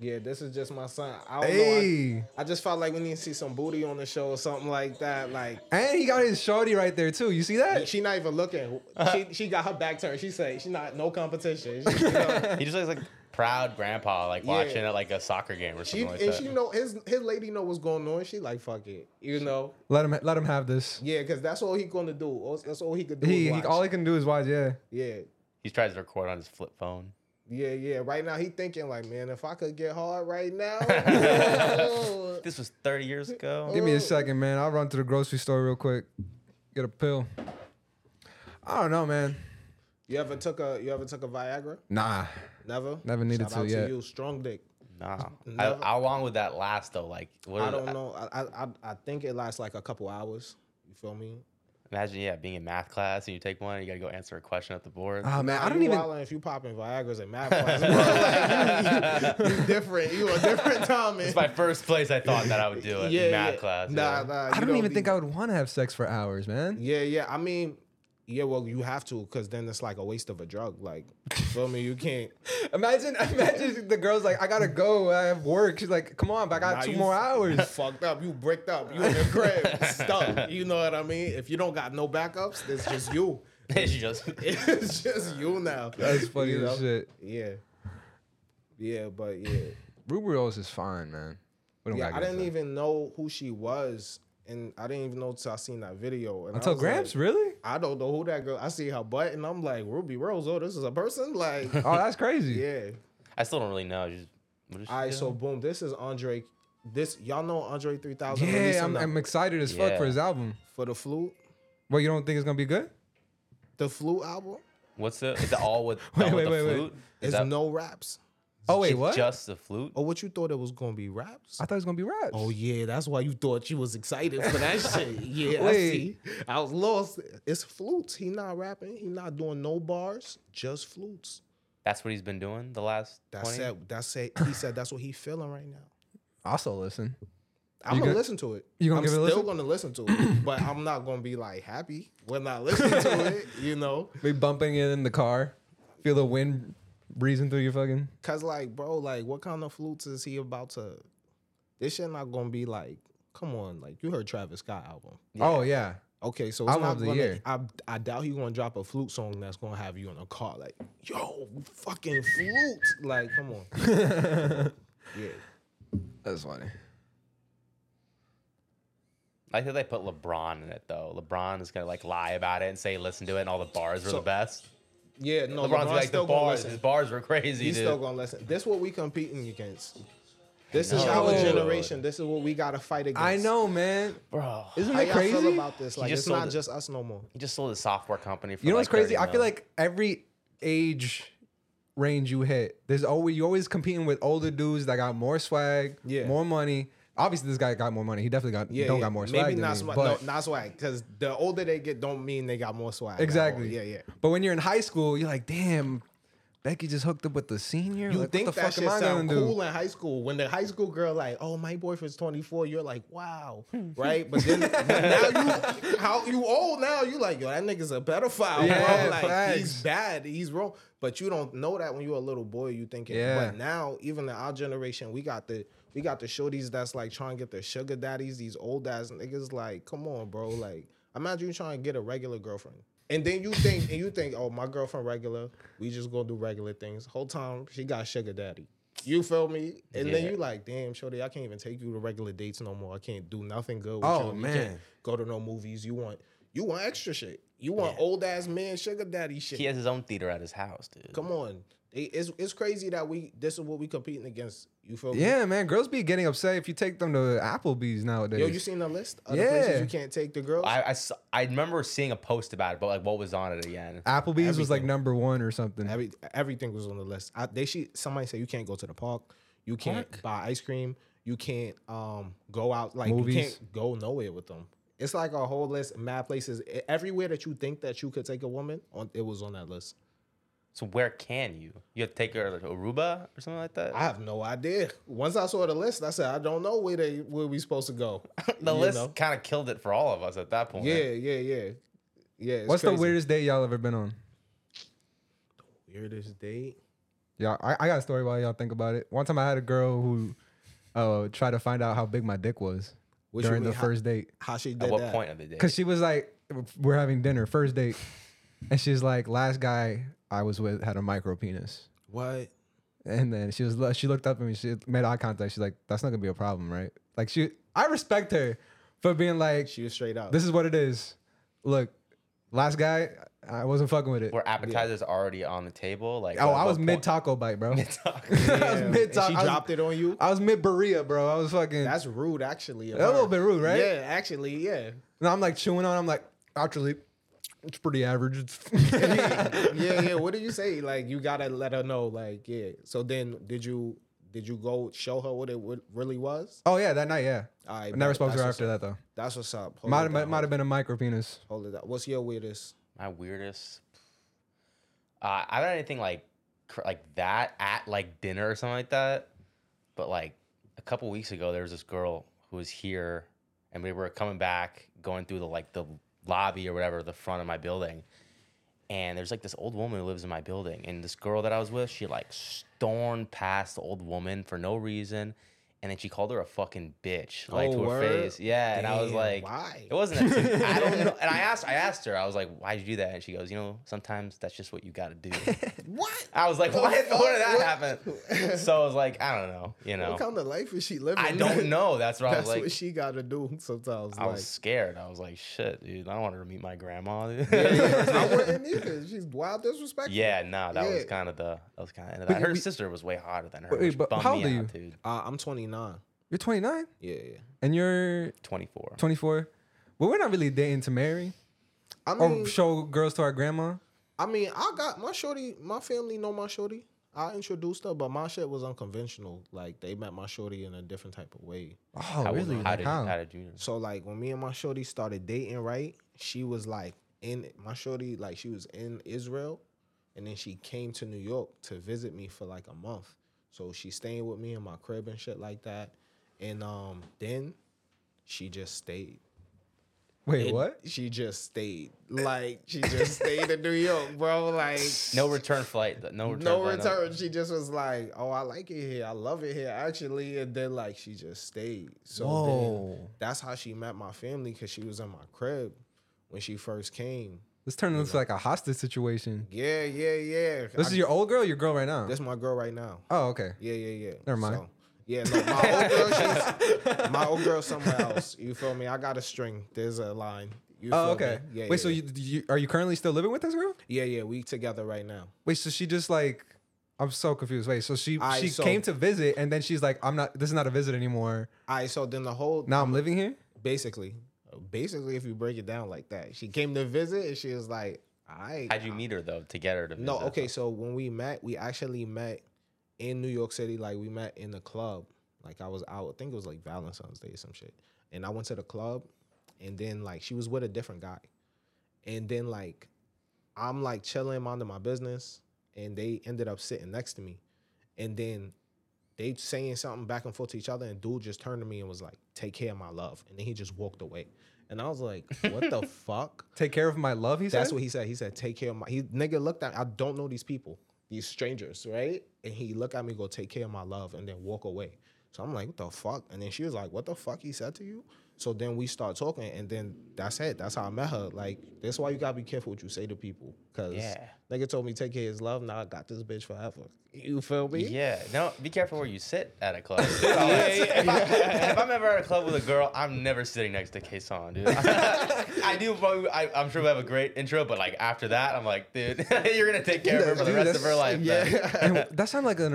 Speaker 1: yeah, this is just my son. I don't know.
Speaker 5: Hey.
Speaker 1: I- I, just felt like we need to see some booty on the show or something like that. Like
Speaker 5: And he got his shorty right there too. You see that?
Speaker 1: she not even looking.
Speaker 5: Uh-huh.
Speaker 1: She she got her back turned. She said she not no competition.
Speaker 5: [LAUGHS]
Speaker 1: She, you know,
Speaker 3: [LAUGHS] He just looks like proud grandpa, like watching at like a soccer game or
Speaker 1: she-
Speaker 3: something like
Speaker 1: and
Speaker 3: that.
Speaker 1: she know his his lady know what's going on. She like fuck it, you know.
Speaker 5: Let him let him have this.
Speaker 1: Yeah, cause that's all he gonna do. All- That's all he could do.
Speaker 5: He,
Speaker 1: is
Speaker 5: he
Speaker 1: watch.
Speaker 5: all he can do is watch. Yeah.
Speaker 1: yeah.
Speaker 3: he tries to record on his flip phone.
Speaker 1: Yeah, yeah. Right now he thinking like, man, if I could get hard right
Speaker 5: [LAUGHS]
Speaker 1: now, oh,
Speaker 3: This was 30 years ago.
Speaker 5: Give me a second, man. I'll run to the grocery store real quick. Get a pill. I don't know, man.
Speaker 1: You ever took a you ever took a Viagra?
Speaker 5: Nah.
Speaker 1: Never.
Speaker 5: Never
Speaker 1: Shout
Speaker 5: needed to
Speaker 1: out
Speaker 5: yet.
Speaker 1: you, strong dick.
Speaker 3: Nah. I,
Speaker 1: Never-
Speaker 3: how long would that last though? Like, what
Speaker 1: I
Speaker 3: is-
Speaker 1: don't know. I, I I- I think it lasts like a couple hours. You feel me?
Speaker 3: Imagine, yeah, being in math class and you take one, and you gotta go answer a question at the board.
Speaker 5: Ah, man.
Speaker 1: Nah,
Speaker 5: I don't
Speaker 1: you
Speaker 5: even.
Speaker 1: wildin' if you popping Viagra's and
Speaker 5: [LAUGHS]
Speaker 1: math class. bro. [LAUGHS] Like, you, you- you different. You a different time.
Speaker 3: It's my first place I thought that I
Speaker 1: [LAUGHS]
Speaker 3: would do it. in math class.
Speaker 1: Nah,
Speaker 3: yeah.
Speaker 1: nah.
Speaker 5: I
Speaker 1: you
Speaker 5: don't even think
Speaker 1: be-
Speaker 5: I would want to have sex for hours, man.
Speaker 1: Yeah, yeah. I mean, yeah. Well, you have to, cause then it's like a waste of a drug. Like, you feel me? You can't.
Speaker 5: Imagine, [LAUGHS] imagine the girl's like, I gotta go. I have work. She's like, come on, but I got
Speaker 1: Nah,
Speaker 5: two
Speaker 1: you
Speaker 5: more
Speaker 1: f-
Speaker 5: hours.
Speaker 1: You [LAUGHS] fucked up. You bricked up. You in the crib stuck. You know what I mean? If you don't got no backups, it's just you. [LAUGHS]
Speaker 3: [LAUGHS] It's just
Speaker 1: it's just you now.
Speaker 5: That's funny
Speaker 1: You
Speaker 5: as
Speaker 1: know?
Speaker 5: shit.
Speaker 1: Yeah. Yeah, but yeah.
Speaker 5: Ruby Rose is fine, man. We don't
Speaker 1: Yeah,
Speaker 5: gotta
Speaker 1: I
Speaker 5: get
Speaker 1: didn't
Speaker 5: into that.
Speaker 1: even know who she was. And I didn't even know until I seen that video. And I
Speaker 5: Until
Speaker 1: was like, [LAUGHS]
Speaker 5: Gramps, really?
Speaker 1: I don't know who that girl. I see her butt, and I'm like, Ruby Rose. Oh, this is a person.
Speaker 5: [LAUGHS]
Speaker 1: Like,
Speaker 5: Oh, that's crazy.
Speaker 1: yeah.
Speaker 3: I still don't really know. Just, what is she
Speaker 1: All right, so
Speaker 3: doing?
Speaker 1: boom. This is Andre. This y'all know Andre 3000
Speaker 5: Yeah,
Speaker 1: releasing
Speaker 5: I'm,
Speaker 1: the-
Speaker 5: I'm excited as fuck for
Speaker 3: Yeah.
Speaker 5: his album.
Speaker 1: for the flu,
Speaker 5: Well, you don't think it's gonna be good?
Speaker 1: the flu album.
Speaker 3: what's the is it all
Speaker 1: [LAUGHS]
Speaker 3: with,
Speaker 5: Wait,
Speaker 3: all with
Speaker 5: wait,
Speaker 3: the
Speaker 5: wait, wait.
Speaker 3: flute?
Speaker 1: It's
Speaker 3: Is that
Speaker 1: no raps.
Speaker 5: Oh wait,
Speaker 3: it's
Speaker 5: what?
Speaker 3: just the flute?
Speaker 1: Oh, what you thought it was gonna be raps?
Speaker 5: I thought it was gonna be raps.
Speaker 1: Oh yeah, that's why you thought you was excited for
Speaker 5: [LAUGHS]
Speaker 1: that shit. Yeah, I
Speaker 5: Wait.
Speaker 1: see. I was lost. It's flutes. He not rapping. He not doing no bars. Just flutes.
Speaker 3: That's what he's been doing the last.
Speaker 1: That's
Speaker 3: 20?
Speaker 1: it. That's it. He said that's what he feeling right now.
Speaker 5: I'll still listen.
Speaker 1: I'm
Speaker 5: You
Speaker 1: gonna
Speaker 5: gonna-
Speaker 1: listen to it.
Speaker 5: you gonna
Speaker 1: I'm
Speaker 5: give it a
Speaker 1: still
Speaker 5: listen?
Speaker 1: gonna listen to
Speaker 5: [CLEARS THROAT]
Speaker 1: it, but I'm not gonna be like happy when I listen to
Speaker 5: [LAUGHS]
Speaker 1: it. You know,
Speaker 5: Be bumping it in the car, feel the wind breezing through your fucking.
Speaker 1: cause like, bro, like, what kind of flutes is he about to? This shit not gonna be like. Come on, like you heard Travis Scott album.
Speaker 5: Oh yeah,
Speaker 1: Okay, so it's
Speaker 5: Album
Speaker 1: not
Speaker 5: of the
Speaker 1: gonna,
Speaker 5: year.
Speaker 1: I, I doubt he's gonna drop a flute song that's gonna have you in a car like, yo, fucking flute. Like, come on. yeah.
Speaker 5: that's funny.
Speaker 3: I think they put LeBron in it though. LeBron is gonna like lie about it and say listen to it, and all the bars were
Speaker 1: So-
Speaker 3: the best.
Speaker 1: Yeah, no,
Speaker 3: LeBron's,
Speaker 1: LeBron's,
Speaker 3: like the
Speaker 1: still gonna
Speaker 3: bars. His
Speaker 1: listen.
Speaker 3: bars were crazy,
Speaker 1: He's
Speaker 3: dude.
Speaker 1: still gonna listen. This what we competing against. This is
Speaker 3: No.
Speaker 1: our generation. This is what we gotta fight against.
Speaker 5: I know, man.
Speaker 3: Bro,
Speaker 5: Isn't
Speaker 1: How
Speaker 5: it
Speaker 1: y'all
Speaker 5: crazy?
Speaker 1: feel about this? Like,
Speaker 3: just
Speaker 1: it's not
Speaker 3: sold it.
Speaker 1: just us no more.
Speaker 3: he just sold his software company. For
Speaker 5: you know what's
Speaker 3: like
Speaker 5: crazy?
Speaker 3: 30
Speaker 5: I feel
Speaker 3: mil.
Speaker 5: like every age range you hit, there's always you always competing with older dudes that got more swag,
Speaker 1: Yeah.
Speaker 5: more money. Obviously, this guy got more money. He definitely got
Speaker 1: Yeah,
Speaker 5: don't
Speaker 1: yeah.
Speaker 5: got more swag.
Speaker 1: Maybe
Speaker 5: than
Speaker 1: not
Speaker 5: me,
Speaker 1: swag.
Speaker 5: but-
Speaker 1: No, not swag. Because the older they get, don't mean they got more swag. at all.
Speaker 5: Exactly.
Speaker 1: Yeah, yeah.
Speaker 5: But when you're in high school, you're like, damn, Becky just hooked up with the senior.
Speaker 1: You
Speaker 5: like,
Speaker 1: think
Speaker 5: what the
Speaker 1: that
Speaker 5: fuck
Speaker 1: shit
Speaker 5: am I
Speaker 1: sound
Speaker 5: gonna
Speaker 1: cool
Speaker 5: do?
Speaker 1: in high school? When the high school girl like, oh, my boyfriend's 24, you're like,
Speaker 5: [LAUGHS]
Speaker 1: wow, right? But then but now you how you old now, you like, yo, that nigga's a pedophile,
Speaker 5: Yeah,
Speaker 1: bro. Like he's
Speaker 5: facts.
Speaker 1: bad, he's wrong. But you don't know that when you're a little boy, you thinking,
Speaker 5: Yeah.
Speaker 1: but now, even in our generation, we got the we got the shorties that's like trying to get their sugar daddies, these old ass niggas like, come on, bro. Like, imagine you trying to get a regular girlfriend. And then you think and you think, oh, my girlfriend regular, we just gonna do regular things. Whole time she got sugar daddy. You feel me? And then
Speaker 3: Yeah.
Speaker 1: you like, damn, shorty, I can't even take you to regular dates no more. I can't do nothing good with
Speaker 5: Oh,
Speaker 1: you. We
Speaker 5: man.
Speaker 1: can't go to no movies. You want you want extra shit. You want old ass man sugar daddy shit.
Speaker 3: He has his own theater at his house, dude.
Speaker 1: Come on. It- It's it's crazy that we this is what we competing against. You feel me?
Speaker 5: Yeah, man, girls be getting upset if you take them to Applebee's nowadays.
Speaker 1: Yo, you seen the list of the places
Speaker 5: Yeah.
Speaker 1: you can't take the girls?
Speaker 3: I, I s- I remember seeing a post about it, but like what was on it again?
Speaker 5: Applebee's was like number one or something.
Speaker 1: Every everything was on the list. I, they she somebody said you can't go to the park, you can't buy ice cream, you can't um go out like you
Speaker 5: Movies.
Speaker 1: can't go nowhere with them. It's like a whole list, of mad places. E- Everywhere that you think that you could take a woman, on it was on that list.
Speaker 3: So where can you? You have to take her to Aruba or something like that.
Speaker 1: I have no idea. Once I saw the list, I said I don't know where they where we supposed to go.
Speaker 5: [LAUGHS]
Speaker 3: the
Speaker 1: You
Speaker 3: list
Speaker 1: know?
Speaker 3: kind of killed it for all of us at that point.
Speaker 1: Yeah, yeah, yeah, yeah. it's
Speaker 5: What's the
Speaker 1: crazy.
Speaker 5: weirdest date y'all ever been on?
Speaker 1: weirdest date?
Speaker 5: Yeah, I, I got a story while y'all think about it. One time I had a girl who uh, tried to find out how big my dick was
Speaker 1: What you
Speaker 5: during the
Speaker 1: mean, how-
Speaker 5: first date.
Speaker 1: How she did
Speaker 3: At what
Speaker 1: that?
Speaker 3: point of the day?
Speaker 5: Cause she was like, we're having dinner, first date, and she's like, last guy I was with had a micro penis,
Speaker 1: What?
Speaker 5: and then she was lo- she looked up at me, she made eye contact, she's like, that's not gonna be a problem, right? Like she, I respect her for being like,
Speaker 1: She was straight out.
Speaker 5: this is what it is. Look, last guy, I wasn't fucking with it.
Speaker 3: were appetizers already on the table? Like
Speaker 5: Oh,
Speaker 3: at
Speaker 5: I
Speaker 3: what
Speaker 5: was
Speaker 3: point-
Speaker 5: mid taco bite, bro. [LAUGHS]
Speaker 3: [LAUGHS]
Speaker 5: I was
Speaker 1: And
Speaker 5: mid
Speaker 1: she dropped it on you.
Speaker 5: I was mid Berea, bro. I was fucking.
Speaker 1: That's rude, actually. of
Speaker 5: A little
Speaker 1: her.
Speaker 5: bit rude, right?
Speaker 1: Yeah, actually, yeah.
Speaker 5: and I'm like chewing on. it, I'm like, actually, it's pretty average. It's [LAUGHS]
Speaker 1: [LAUGHS] yeah, yeah. What did you say? Like you gotta let her know. Like yeah. So then, did you did you go show her what it wa- really was?
Speaker 5: oh yeah, that night, yeah.
Speaker 1: All right,
Speaker 5: I never
Speaker 1: bet.
Speaker 5: spoke to
Speaker 1: That's
Speaker 5: her
Speaker 1: what's
Speaker 5: after
Speaker 1: up.
Speaker 5: that though.
Speaker 1: That's what's up. Hold
Speaker 5: Might
Speaker 1: it
Speaker 5: might
Speaker 1: down.
Speaker 5: might have been a micro penis.
Speaker 1: Hold it up. What's your weirdest?
Speaker 3: my weirdest. Uh, I haven't had anything like cr- like that at like dinner or something like that. But like a couple weeks ago, there was this girl who was here, and we were coming back, going through the like the lobby or whatever, the front of my building. And there's like this old woman who lives in my building, and this girl that I was with, she like stormed past the old woman for no reason, and then she called her a fucking bitch, like
Speaker 1: Oh,
Speaker 3: to her
Speaker 1: word?
Speaker 3: face. Yeah, and I was
Speaker 1: Damn,
Speaker 3: like,
Speaker 1: why?
Speaker 3: It wasn't. That serious. I don't know.
Speaker 1: [LAUGHS]
Speaker 3: And I asked, I asked her, I was like, why'd you do that? And she goes, you know, sometimes that's just what you got to do.
Speaker 1: [LAUGHS] What?
Speaker 3: I was like, what? Where did
Speaker 1: fuck?
Speaker 3: that
Speaker 1: What? [LAUGHS]
Speaker 3: happen? So I was like, I don't know. You know,
Speaker 1: What kind of life is she living?
Speaker 3: I don't know. That's what
Speaker 1: [LAUGHS]
Speaker 3: I
Speaker 1: That's
Speaker 3: was like.
Speaker 1: what she gotta do sometimes.
Speaker 3: I
Speaker 1: like.
Speaker 3: was scared. I was like, shit, dude. I don't want her to meet my grandma. [LAUGHS] dude."
Speaker 1: I
Speaker 3: [LAUGHS]
Speaker 1: wouldn't either. She's wild disrespectful.
Speaker 3: Yeah, no, that was
Speaker 1: Yeah.
Speaker 3: kind of the that was kind of that.
Speaker 5: you-
Speaker 3: Her
Speaker 5: we-
Speaker 3: sister was way hotter than her.
Speaker 5: Wait,
Speaker 3: which
Speaker 5: but
Speaker 3: bummed
Speaker 5: how
Speaker 3: me
Speaker 5: old are
Speaker 3: out, dude.
Speaker 1: Uh, I'm 29.
Speaker 5: You're 29
Speaker 1: Yeah, yeah.
Speaker 5: and you're
Speaker 3: Twenty four.
Speaker 5: 24. Well, we're not really dating to marry
Speaker 1: I
Speaker 5: or
Speaker 1: mean,
Speaker 5: show girls to our grandma.
Speaker 1: I mean, I got my shorty. My family know my shorty. I introduced her, but my shit was unconventional. Like they met my shorty in a different type of way.
Speaker 5: Oh,
Speaker 3: How,
Speaker 5: really?
Speaker 3: How
Speaker 5: Like,
Speaker 3: did
Speaker 5: how?
Speaker 3: how did you?
Speaker 1: So like when me and my shorty started dating, right? She was like in my shorty, like she was in Israel, and then she came to New York to visit me for like a month. So she's staying with me in my crib and shit like that. And um, then she just stayed.
Speaker 5: Wait,
Speaker 1: It-
Speaker 5: what?
Speaker 1: She just stayed. Like she just stayed in New York, bro. Like
Speaker 3: No return flight. th- No return.
Speaker 1: no
Speaker 3: flight,
Speaker 1: return. She just was like, "Oh, I like it here. I love it here, actually." And then like she just stayed. So then
Speaker 5: Whoa.
Speaker 1: that's how she met my family because she was in my crib when she first came.
Speaker 5: This turned into like a hostage situation.
Speaker 1: Yeah, yeah, yeah.
Speaker 5: This
Speaker 1: I-
Speaker 5: is your old girl, or your girl right now.
Speaker 1: This my girl right now.
Speaker 5: Oh, okay.
Speaker 1: Yeah, yeah, yeah.
Speaker 5: Never mind.
Speaker 1: So, yeah, no, my old girl,
Speaker 5: [LAUGHS]
Speaker 1: she's my old girl somewhere else. You feel me? I got a string. There's a line. You
Speaker 5: Oh,
Speaker 1: feel me?
Speaker 5: okay.
Speaker 1: Yeah.
Speaker 5: Wait,
Speaker 1: yeah,
Speaker 5: so
Speaker 1: yeah.
Speaker 5: you, you are you currently still living with this girl?
Speaker 1: Yeah, yeah. We together right now.
Speaker 5: Wait, so she just like I'm so confused. Wait, so she
Speaker 1: Aight,
Speaker 5: she
Speaker 1: so-
Speaker 5: came to visit and then she's like, I'm not this is not a visit anymore.
Speaker 1: All right. So then the whole
Speaker 5: Now I'm living here?
Speaker 1: basically, basically, if you break it down like that, she came to visit and she was like, "I
Speaker 3: How'd you meet her though to get her to?
Speaker 1: no
Speaker 3: visit?
Speaker 1: okay." So when we met, we actually met in New York City. Like we met in the club. Like I was out. I think it was like Valentine's Day or some shit. And I went to the club, and then like she was with a different guy, and then like I'm like chilling, minding my business, and they ended up sitting next to me. And then they saying something back and forth to each other, and dude just turned to me and was like, "Take care of my love," and then he just walked away. And I was like, "What the fuck?"
Speaker 5: Take care of my love. He said.
Speaker 1: That's what he said. He said, "Take care of my." He nigga looked at. I don't know these people, these strangers, right? And he looked at me, go, "Take care of my love," and then walk away. So I'm like, "What the fuck?" And then she was like, "What the fuck?" He said to you. So then we start talking, and then that's it. That's how I met her. Like that's why you gotta be careful what you say to people, cause
Speaker 3: Yeah.
Speaker 1: nigga told me take care of his love. Now I got this bitch forever. You feel me?
Speaker 3: Yeah, no, be careful where you sit at
Speaker 1: [LAUGHS]
Speaker 3: a club. Dude, I'm like, If, I, if I'm ever at a club with a girl, I'm never sitting next to Kason, dude. [LAUGHS] I do, probably, I, I'm sure we have a great intro, but like after that, I'm like, dude, [LAUGHS] you're gonna take care of her for the
Speaker 5: Dude,
Speaker 3: rest of her
Speaker 5: that's-
Speaker 3: life. man.
Speaker 5: And that sounded like an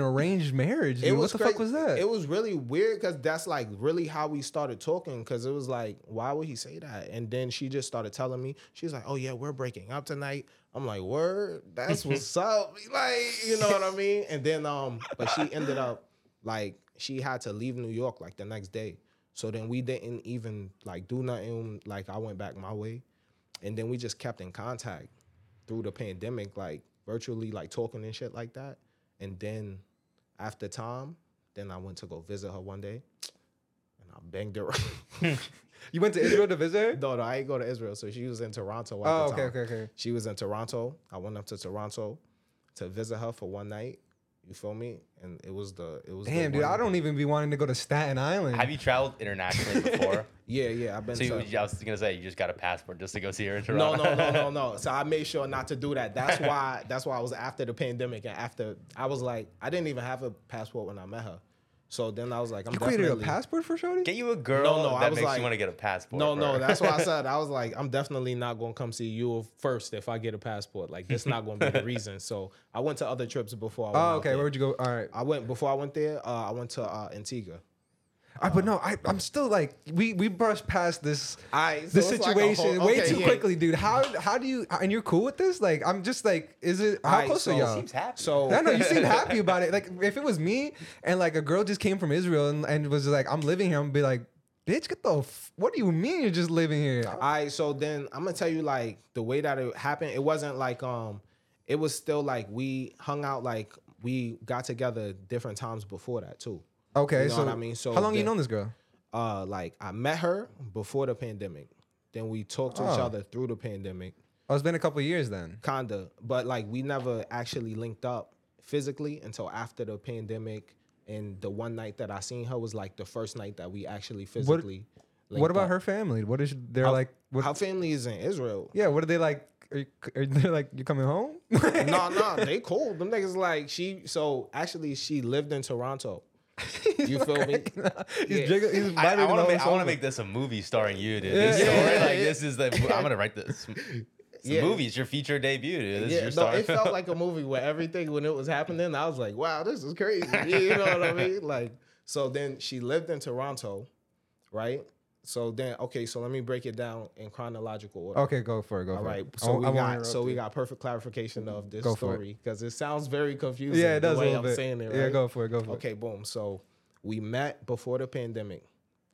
Speaker 1: [LAUGHS]
Speaker 5: arranged marriage. dude. what the fuck
Speaker 1: cra-
Speaker 5: was that?
Speaker 1: It was really weird because that's like really how we started talking. Because it was like, why would he say that? And then she just started telling me, she's like, oh yeah, we're breaking up tonight. I'm like, word, that's
Speaker 5: [LAUGHS]
Speaker 1: what's up. Like, you know what I mean? And then, um, but she ended up like she had to leave New York like the next day. So then we didn't even like do nothing. Like I went back my way, and then we just kept in contact through the pandemic, like virtually, like talking and shit like that. And then after time, then I went to go visit her one day, and I banged her. [LAUGHS]
Speaker 5: you went to Israel to visit. her?
Speaker 1: no, no, I ain't go to Israel, so she was in Toronto. At
Speaker 5: Oh,
Speaker 1: the
Speaker 5: okay,
Speaker 1: time.
Speaker 5: okay, okay.
Speaker 1: She was in Toronto. I went up to Toronto to visit her for one night. You feel me? And it was the it was. the
Speaker 5: Damn, dude,
Speaker 1: one-
Speaker 5: I don't even be wanting to go to Staten Island.
Speaker 3: Have you traveled internationally
Speaker 1: [LAUGHS]
Speaker 3: before?
Speaker 1: Yeah, yeah, I've been.
Speaker 3: so you,
Speaker 1: to,
Speaker 3: I was gonna say you just got a passport just to go see her in
Speaker 1: No,
Speaker 3: [LAUGHS] Toronto.
Speaker 1: no, no, no, no. So I made sure not to do that.
Speaker 3: [LAUGHS]
Speaker 1: That's why. That's why I was after the pandemic and after I was like, I didn't even have a passport when I met her. So then I was like, I'm
Speaker 5: You created a
Speaker 1: definitely-
Speaker 5: passport for Shorty?
Speaker 3: Get you a girl
Speaker 1: Oh, No, no,
Speaker 3: that
Speaker 1: I was
Speaker 3: makes
Speaker 1: like-
Speaker 3: you want to get a passport.
Speaker 1: No,
Speaker 3: bro.
Speaker 1: no, that's why I
Speaker 5: [LAUGHS]
Speaker 1: said I was like, I'm definitely not gonna come see you first if I get a passport. Like, that's not gonna be
Speaker 5: [LAUGHS]
Speaker 1: the reason. So I went to other trips before. I went
Speaker 5: Oh,
Speaker 1: out
Speaker 5: okay.
Speaker 1: there.
Speaker 5: Where would you go? All right.
Speaker 1: I went before I went there. Uh, I went to uh, Antigua.
Speaker 5: I, but no, I, I'm still like we we brushed past this
Speaker 1: Alright, so
Speaker 5: this
Speaker 1: it's like a
Speaker 5: situation
Speaker 1: whole-
Speaker 5: way
Speaker 1: okay,
Speaker 5: too
Speaker 1: yeah.
Speaker 5: quickly, dude. How how do you and you're cool with this? Like I'm just like, is it how
Speaker 1: Alright,
Speaker 5: close
Speaker 1: so-
Speaker 5: are y'all?
Speaker 3: Seems happy.
Speaker 1: So [LAUGHS]
Speaker 5: No, no, you seem happy about it. Like if it was me and like a girl just came from Israel and, and was like, I'm living here, I'm gonna be like, bitch, get the f- what do you mean you're just living here?
Speaker 1: All right, so then I'm gonna tell you like the way that it happened. It wasn't like um, it was still like we hung out like we got together different times before that too.
Speaker 5: okay,
Speaker 1: you know
Speaker 5: so
Speaker 1: what I mean? So
Speaker 5: how long you
Speaker 1: the-
Speaker 5: known this girl?
Speaker 1: Uh, like I met her before the pandemic. Then we talked to each
Speaker 5: Oh.
Speaker 1: other through the pandemic,
Speaker 5: Oh, it's been a couple years then.
Speaker 1: kinda. But like we never actually linked up physically until after the pandemic. And the one night that I seen her was like the first night that we actually physically.
Speaker 5: What about her family? What is they're like? What,
Speaker 1: Her family is in Israel.
Speaker 5: [LAUGHS] yeah, what are they like? Are, you, [LAUGHS] are they like you coming home? [LAUGHS]
Speaker 1: no, no, they cool. Them niggas like she. So actually, she lived in
Speaker 5: [LAUGHS]
Speaker 1: Toronto. You feel me?
Speaker 5: he's
Speaker 1: Yeah.
Speaker 5: jiggling. He's
Speaker 3: I,
Speaker 5: vibrating
Speaker 3: want
Speaker 5: on his
Speaker 3: to make, I wanna
Speaker 5: own.
Speaker 3: make this a movie starring you, dude.
Speaker 5: Yeah,
Speaker 3: This
Speaker 5: yeah,
Speaker 3: story,
Speaker 1: yeah,
Speaker 3: like
Speaker 1: yeah.
Speaker 3: this is the I'm gonna write
Speaker 1: [LAUGHS]
Speaker 3: this. It's
Speaker 1: Yeah.
Speaker 3: a movie. It's your feature debut, dude. This
Speaker 1: Yeah,
Speaker 3: is
Speaker 1: no,
Speaker 3: your
Speaker 1: it
Speaker 3: star.
Speaker 1: felt like a
Speaker 5: [LAUGHS]
Speaker 1: movie where everything when it was happening, I was like, wow, this is
Speaker 5: [LAUGHS]
Speaker 1: crazy. Yeah, you know what I mean? Like, so then she lived in Toronto, right? So then, okay, so let me break it down in chronological order.
Speaker 5: Okay, go for it. Go
Speaker 1: All
Speaker 5: for
Speaker 1: right.
Speaker 5: it. I
Speaker 1: So
Speaker 5: won't-
Speaker 1: we
Speaker 5: I won't
Speaker 1: got
Speaker 5: interrupt
Speaker 1: so
Speaker 5: you.
Speaker 1: we got perfect clarification of this
Speaker 5: Go for it.
Speaker 1: story because it sounds very confusing.
Speaker 5: Yeah, it does
Speaker 1: the
Speaker 5: a
Speaker 1: way
Speaker 5: little
Speaker 1: I'm
Speaker 5: bit.
Speaker 1: saying it, right?
Speaker 5: Yeah, go for it. Go for
Speaker 1: Okay, boom. So we met before the pandemic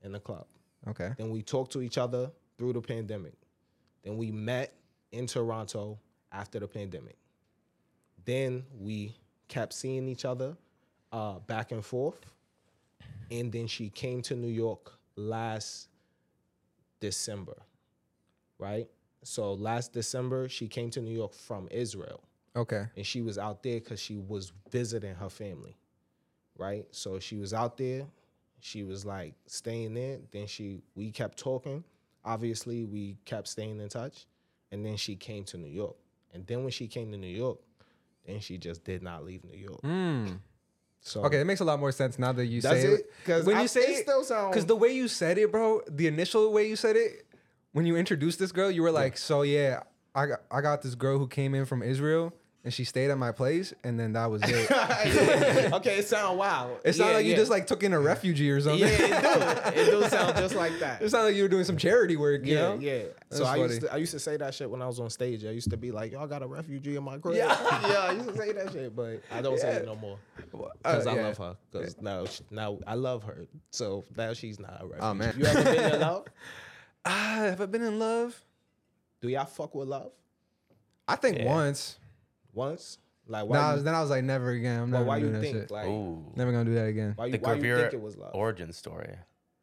Speaker 1: in the club.
Speaker 5: it. Okay.
Speaker 1: Then we talked to each other through the pandemic. Then we met in Toronto after the pandemic. Then we kept seeing each other uh, back and forth. And then she came to New York last December, right? So last December, she came to New York from Israel
Speaker 5: Okay.
Speaker 1: and she was out there because she was visiting her family, right? So she was out there. She was like staying there. Then she we kept talking. Obviously, we kept staying in touch, and then she came to New York. And then when she came to New York, then she just did not leave New York. So
Speaker 5: Hmm. Okay, it makes a lot more sense now that you
Speaker 1: Does
Speaker 5: say
Speaker 1: it? 'Cause
Speaker 5: When
Speaker 1: I-
Speaker 5: you say
Speaker 1: it still sound-
Speaker 5: because the way you said it, bro, the initial way you said it, when you introduced this girl, you were like, "So yeah, I got I got this girl who came in from Israel and she stayed at my place, and then that was
Speaker 1: [LAUGHS]
Speaker 5: it."
Speaker 1: [LAUGHS] okay, it sound wild.
Speaker 5: It's not
Speaker 1: Yeah,
Speaker 5: like you
Speaker 1: yeah.
Speaker 5: just like took in a refugee or something.
Speaker 1: yeah,
Speaker 5: [LAUGHS]
Speaker 1: it do. It do sound just like that.
Speaker 5: It's not like you were doing some charity work, you
Speaker 1: Yeah,
Speaker 5: know?
Speaker 1: yeah.
Speaker 5: That's
Speaker 1: so I
Speaker 5: funny.
Speaker 1: used to I used to say that shit when I was on stage. I used to be like, "Y'all got a refugee in my crib." [LAUGHS] Yeah, yeah. I used to say that shit, but [LAUGHS] I don't say it no more because
Speaker 5: Uh,
Speaker 1: I
Speaker 5: yeah.
Speaker 1: love her. Because now, she- now I love her. So now she's not a refugee.
Speaker 5: Oh, man.
Speaker 1: You ever been
Speaker 5: [LAUGHS]
Speaker 1: in love?
Speaker 5: Ah, have I been in love?
Speaker 1: Do y'all fuck with love
Speaker 5: I think once.
Speaker 1: once? Like
Speaker 5: Then I,
Speaker 1: why?
Speaker 5: was,
Speaker 1: you,
Speaker 5: then I was like, never again. I'm
Speaker 1: but
Speaker 5: never
Speaker 1: why
Speaker 5: gonna do
Speaker 1: you
Speaker 5: that
Speaker 1: think
Speaker 5: shit.
Speaker 1: like?
Speaker 3: [LAUGHS] Ooh.
Speaker 5: never gonna do that again.
Speaker 1: Why you,
Speaker 3: the
Speaker 1: why you
Speaker 3: Gravure
Speaker 1: think it was love?
Speaker 3: origin story.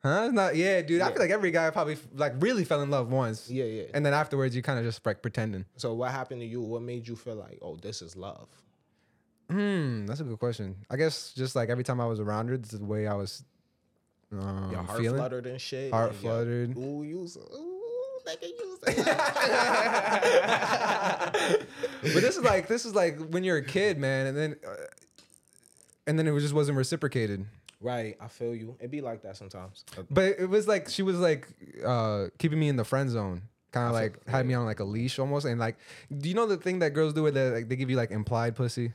Speaker 5: Huh? It's not. Yeah, dude. I
Speaker 1: Yeah.
Speaker 5: feel like every guy probably like really fell in love once.
Speaker 1: Yeah, yeah.
Speaker 5: And then afterwards, you kind of just like pretending.
Speaker 1: so what happened to you? What made you feel like, oh, this is love?
Speaker 5: Hmm, that's a good question. I guess just like every time I was around her, this is the way I was um,
Speaker 1: Your heart
Speaker 5: feeling.
Speaker 1: fluttered and shit.
Speaker 5: Heart
Speaker 1: and your-
Speaker 5: fluttered.
Speaker 1: Ooh, you. s- Ooh, nigga, you.
Speaker 5: [LAUGHS] But this is
Speaker 1: [LAUGHS]
Speaker 5: like this is like when you're a kid, man, and then uh, and then it just wasn't reciprocated.
Speaker 1: Right, I feel you. It be like that sometimes. Uh,
Speaker 5: But it was like she was like uh keeping me in the friend zone. Kind of like had me on like a leash almost, and like, do you know the thing that girls do with that? Like they give you like implied pussy.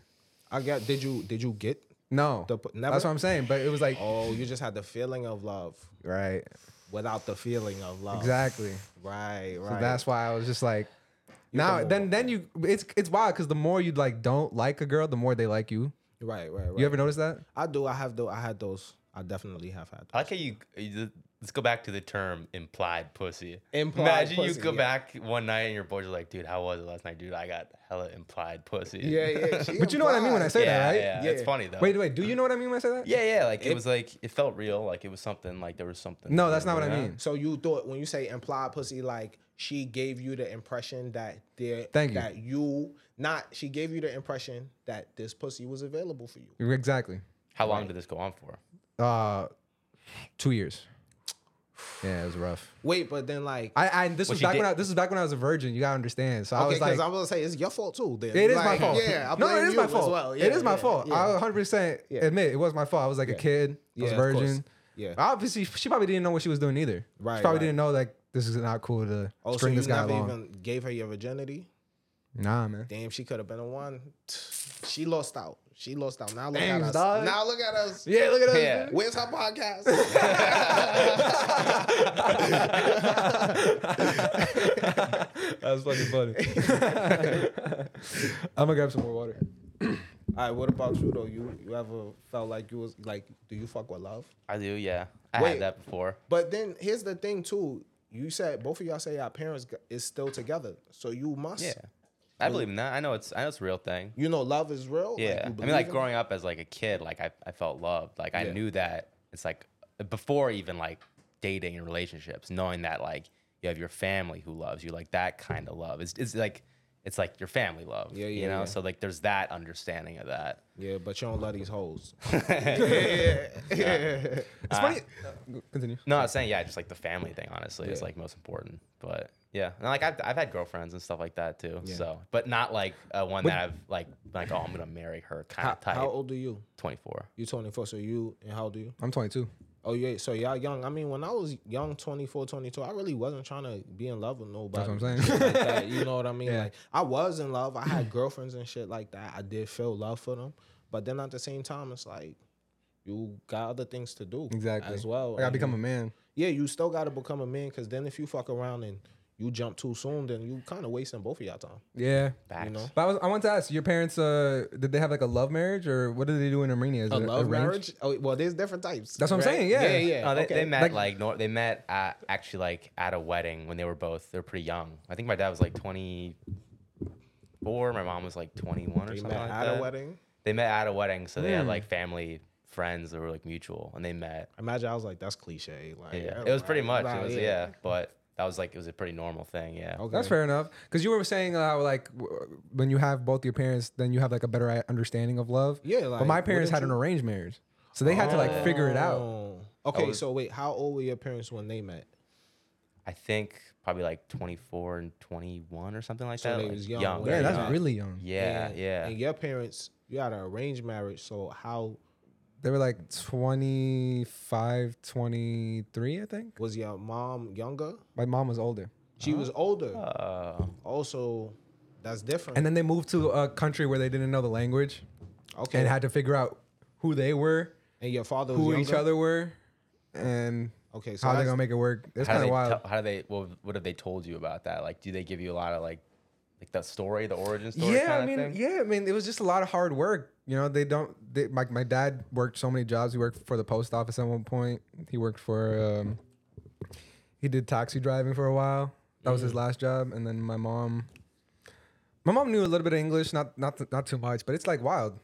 Speaker 1: I got. Did you? Did you get?
Speaker 5: No,
Speaker 1: The pu- never?
Speaker 5: that's what I'm saying. But it was like,
Speaker 1: Oh, you just had the feeling of love
Speaker 5: right,
Speaker 1: without the feeling of love.
Speaker 5: exactly.
Speaker 1: Right. Right.
Speaker 5: So that's why I was just like,
Speaker 1: come
Speaker 5: now
Speaker 1: over.
Speaker 5: then then you it's it's wild because the more you like don't like a girl, the more they like you.
Speaker 1: right. Right. Right.
Speaker 5: You ever notice that?
Speaker 1: I do. I have. Though I had those. I definitely have had.
Speaker 3: I like how you, you- let's go back to the term implied pussy.
Speaker 1: Implied
Speaker 3: Imagine
Speaker 1: pussy,
Speaker 3: you go
Speaker 1: yeah.
Speaker 3: back one night and your boys are like, dude, how was it last night, dude? I got hella implied
Speaker 1: [LAUGHS]
Speaker 3: pussy.
Speaker 1: yeah.
Speaker 5: But you know what I mean when I say that,
Speaker 3: Yeah,
Speaker 5: right?
Speaker 3: yeah, It's
Speaker 1: Yeah.
Speaker 3: funny though.
Speaker 5: Wait, wait. Do you know what I mean when I say that?
Speaker 3: Yeah, yeah. Like it, was like it felt real. Like it was something. Like there was something.
Speaker 5: No, that's not what I
Speaker 3: Yeah.
Speaker 5: mean.
Speaker 1: So you thought when you say implied pussy, like she gave you the impression that there,
Speaker 5: Thank you.
Speaker 1: that you not she gave you the impression that this pussy was available for you.
Speaker 5: Exactly.
Speaker 3: How long did this go on for?
Speaker 5: Uh, two years. Yeah, it was rough.
Speaker 1: Wait, but then like
Speaker 5: I, I this was
Speaker 3: she
Speaker 5: back when
Speaker 3: did-
Speaker 5: I this was back when I was a virgin. You gotta understand. So I
Speaker 1: okay,
Speaker 5: was
Speaker 1: because
Speaker 5: like,
Speaker 1: I'm gonna say it's your fault too. Then
Speaker 5: it is my
Speaker 1: Like,
Speaker 5: fault.
Speaker 1: Yeah, I
Speaker 5: no,
Speaker 1: blame
Speaker 5: it is
Speaker 1: you
Speaker 5: my
Speaker 1: as
Speaker 5: fault.
Speaker 1: well.
Speaker 5: it is my
Speaker 1: yeah,
Speaker 5: fault.
Speaker 1: yeah.
Speaker 5: I 100 percent
Speaker 1: Yeah.
Speaker 5: admit it was my fault. I was like a kid. I was
Speaker 1: Yeah,
Speaker 5: a
Speaker 1: of course.
Speaker 5: virgin.
Speaker 1: Yeah.
Speaker 5: Obviously, she probably didn't know what she was doing either.
Speaker 1: Right,
Speaker 5: She probably
Speaker 1: right.
Speaker 5: didn't know like this is not cool to
Speaker 1: Oh, so
Speaker 5: string
Speaker 1: you
Speaker 5: this guy
Speaker 1: never
Speaker 5: along.
Speaker 1: even gave her your virginity?
Speaker 5: Nah, man.
Speaker 1: Damn, she could have been a one. [SIGHS] She lost out. She lost out. Now look
Speaker 5: Thanks,
Speaker 1: at us.
Speaker 5: dog.
Speaker 1: Now look at us.
Speaker 5: Yeah, look at us.
Speaker 3: Yeah.
Speaker 1: Where's her
Speaker 3: [LAUGHS]
Speaker 1: podcast?
Speaker 5: That's
Speaker 1: [LAUGHS]
Speaker 5: fucking [LAUGHS] funny. I'm gonna grab some more water.
Speaker 1: All right, what about you though? You you ever felt like you was like, do you fuck with love?
Speaker 3: I do. Yeah, I
Speaker 1: Wait.
Speaker 3: had that before.
Speaker 1: But then here's the thing too. You said both of y'all say our parents g- is still together, so you must.
Speaker 3: Yeah, I believe in that. I know it's. I know it's a real thing.
Speaker 1: You know, love is real. like, you
Speaker 3: Yeah, I mean, like
Speaker 1: believe in it?
Speaker 3: growing up as like a kid, like I, I felt loved. Like I
Speaker 1: Yeah.
Speaker 3: knew that it's like before even like dating and relationships, knowing that like you have your family who loves you, like that kind of love is it's like it's like your family love.
Speaker 1: Yeah, yeah,
Speaker 3: You know,
Speaker 1: yeah.
Speaker 3: so like there's that understanding of that.
Speaker 1: Yeah, but you don't love these
Speaker 3: [LAUGHS]
Speaker 1: hoes. [LAUGHS]
Speaker 5: It's funny. Continue.
Speaker 3: No, I was saying yeah, just like the family thing. Honestly, is
Speaker 1: Yeah.
Speaker 3: like most important. But yeah, and like I've, I've had girlfriends and stuff like that too. So, but not like uh, one that I've like like oh I'm gonna marry her kind
Speaker 1: How,
Speaker 3: of type.
Speaker 1: how old are you?
Speaker 3: Twenty four.
Speaker 1: You 24, so you and how old are you?
Speaker 5: I'm 22.
Speaker 1: Oh yeah, so y'all young. I mean, when I was young, 24, 22, I really wasn't trying to be in love with nobody.
Speaker 5: That's what I'm saying.
Speaker 1: like that, you know what I mean? Like I was in love. I had girlfriends and shit like that. I did feel love for them, but then at the same time, it's like you got other things to do
Speaker 5: Exactly.
Speaker 1: as well.
Speaker 5: Like I
Speaker 1: and-
Speaker 5: become a man.
Speaker 1: yeah, you still got to become a man because then if you fuck around and you jump too soon, then you kind of wasting both of y'all time.
Speaker 5: Yeah.
Speaker 3: Facts.
Speaker 1: know?
Speaker 5: But I, was, I want to ask your parents. Uh, did they have like a love marriage, or what did they do in Armenia? Is
Speaker 1: A
Speaker 5: it
Speaker 1: love
Speaker 5: arranged?
Speaker 1: marriage? Oh, well, there's different types.
Speaker 5: That's what I'm saying, yeah.
Speaker 1: yeah, yeah.
Speaker 3: No, Oh, they,
Speaker 1: okay.
Speaker 3: they met
Speaker 5: Like-
Speaker 3: like, nor- they met at, actually like at a wedding when they were both they were pretty young. I think my dad was like 24, my mom was like 21 or
Speaker 1: They
Speaker 3: something
Speaker 1: met
Speaker 3: like
Speaker 1: at
Speaker 3: that.
Speaker 1: a wedding. Hmm.
Speaker 3: They met at a wedding, so they had like family friends that were like mutual, and they met.
Speaker 1: Imagine I was like, that's cliche. Like
Speaker 3: Yeah, it was pretty much.
Speaker 1: nah,
Speaker 3: it was yeah. but that was like it was a pretty normal thing. Yeah.
Speaker 1: Okay.
Speaker 5: That's fair enough. Because you were saying how like w- when you have both your parents, then you have like a better i- understanding of love.
Speaker 1: Yeah,
Speaker 5: but
Speaker 1: like,
Speaker 5: my parents
Speaker 1: wouldn't
Speaker 5: had an arranged marriage, so they had to like figure it out.
Speaker 1: Oh. Okay, so wait, how old were your parents when they met?
Speaker 3: I think probably like 24 and 21 or something like
Speaker 1: So
Speaker 3: that.
Speaker 1: they
Speaker 3: like,
Speaker 1: was young when
Speaker 5: Yeah,
Speaker 1: they
Speaker 5: that's
Speaker 1: Yeah.
Speaker 5: really young.
Speaker 3: Yeah,
Speaker 1: And-
Speaker 3: yeah.
Speaker 1: And your parents, you had an arranged marriage, so how
Speaker 5: They were like 25, 23, I think.
Speaker 1: was your mom younger?
Speaker 5: My mom was older,
Speaker 1: She was older.
Speaker 3: Uh,
Speaker 1: also, that's different.
Speaker 5: and then they moved to a country where they didn't know the language
Speaker 1: okay,
Speaker 5: and had to figure out who they were,
Speaker 1: and your father was
Speaker 5: who
Speaker 1: younger?
Speaker 5: each other were, and
Speaker 1: Okay, so
Speaker 5: how they're
Speaker 1: that's-
Speaker 5: gonna make it work. It's
Speaker 3: how do
Speaker 5: kind
Speaker 3: they
Speaker 5: of wild.
Speaker 3: tell- how do they? Well, what have they told you about that? Like, do they give you a lot of like, like that story, the origin story?
Speaker 5: yeah,
Speaker 3: kind
Speaker 5: I mean,
Speaker 3: of thing?
Speaker 5: yeah, I mean, it was just a lot of hard work. You know, they don't. They, my my dad worked so many jobs. He worked for the post office at one point. He worked for. Um,
Speaker 3: Mm.
Speaker 5: he did taxi driving for a while. That was his last job, and then my mom. My mom knew a little bit of English, not not not too much, but it's like wild.
Speaker 3: Mm.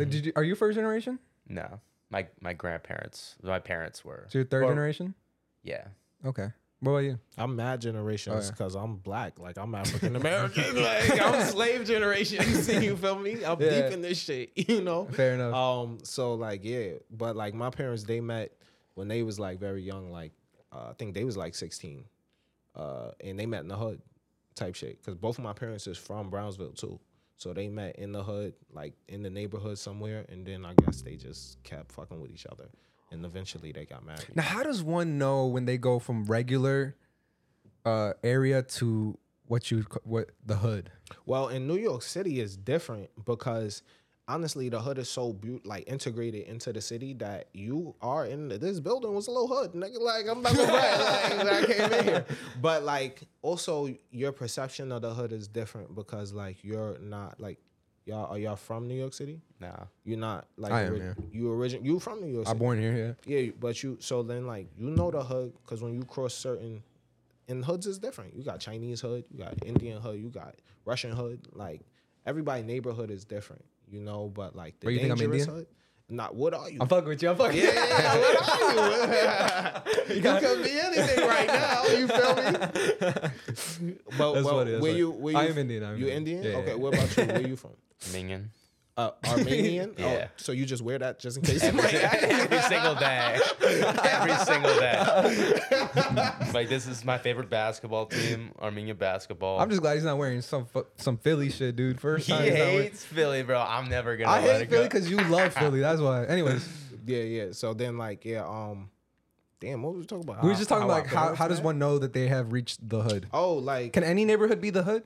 Speaker 5: Like, did you, are you first generation?
Speaker 3: No, my my grandparents, my parents were.
Speaker 5: So you're third
Speaker 3: Well,
Speaker 5: generation?
Speaker 3: Yeah.
Speaker 5: Okay. What about you?
Speaker 1: I'm mad generations
Speaker 5: Oh, yeah.
Speaker 1: because I'm black. Like I'm
Speaker 5: [LAUGHS]
Speaker 1: African American. like I'm slave generations. [LAUGHS] You feel me? I'm
Speaker 5: Yeah.
Speaker 1: deep in this shit. [LAUGHS] You know.
Speaker 5: Fair enough.
Speaker 1: Um. So like yeah, but like my parents, they met when they was like very young. Like uh, I think they was like 16, uh, and they met in the hood, type shit. Because both of my parents is from Brownsville too. So they met in the hood, like in the neighborhood somewhere, and then I guess they just kept fucking with each other, and eventually they got married.
Speaker 5: Now, how does one know when they go from regular uh, area to what you would ca- what the hood?
Speaker 1: Well, in New York City is different because honestly, the hood is so be- like integrated into the city that you are in this building was a little hood, nigga. Like I'm not gonna
Speaker 5: [LAUGHS]
Speaker 1: brag, like, when I came in here, but like also your perception of the hood is different because like you're not like y'all are y'all from New York City?
Speaker 3: No.
Speaker 1: You're not like
Speaker 5: I am,
Speaker 1: ori-
Speaker 5: yeah.
Speaker 1: you origin you from New York City.
Speaker 5: I'm born here.
Speaker 1: Yeah, but you so then like you know the hood because when you cross certain, and hoods is different. You got Chinese hood, you got Indian hood, you got Russian hood. Like everybody neighborhood is different, you know. But like the
Speaker 5: What, you think I'm
Speaker 1: dangerous
Speaker 5: Indian?
Speaker 1: hood, not what are you?
Speaker 5: I'm fucking with you. I'm fucking.
Speaker 1: yeah, what
Speaker 5: [LAUGHS]
Speaker 1: are you? you could be anything right now. You feel me? But,
Speaker 5: That's
Speaker 1: but
Speaker 5: funny, that's
Speaker 1: where
Speaker 5: funny.
Speaker 1: you where you
Speaker 5: I am Indian, I'm
Speaker 1: you
Speaker 5: Indian.
Speaker 1: Indian?
Speaker 5: Yeah,
Speaker 1: okay,
Speaker 5: yeah.
Speaker 1: what about you? Where you
Speaker 5: [LAUGHS]
Speaker 1: from?
Speaker 3: Minion.
Speaker 1: Uh, Armenian.
Speaker 3: Yeah.
Speaker 1: Oh, so you just wear that just
Speaker 5: [LAUGHS]
Speaker 1: in case.
Speaker 3: Every, si- every single day. Every single day. [LAUGHS] like this is my favorite basketball team, Armenia basketball.
Speaker 5: I'm just glad he's not wearing some fu- some Philly shit, dude. First
Speaker 3: he
Speaker 5: time. he's not wearing-
Speaker 3: hates Philly, bro. I'm never gonna
Speaker 5: I
Speaker 3: let
Speaker 5: hate
Speaker 3: it
Speaker 5: Philly
Speaker 3: go.
Speaker 5: because you love Philly. That's why. Anyways,
Speaker 1: Yeah, yeah. So then, like, yeah, um, damn, what was we talking about?
Speaker 5: we were just talking
Speaker 1: I
Speaker 5: about like Uh, how,
Speaker 1: felt
Speaker 5: how does
Speaker 1: today?
Speaker 5: one know that they have reached the hood?
Speaker 1: Oh, like,
Speaker 5: Can any neighborhood be the hood?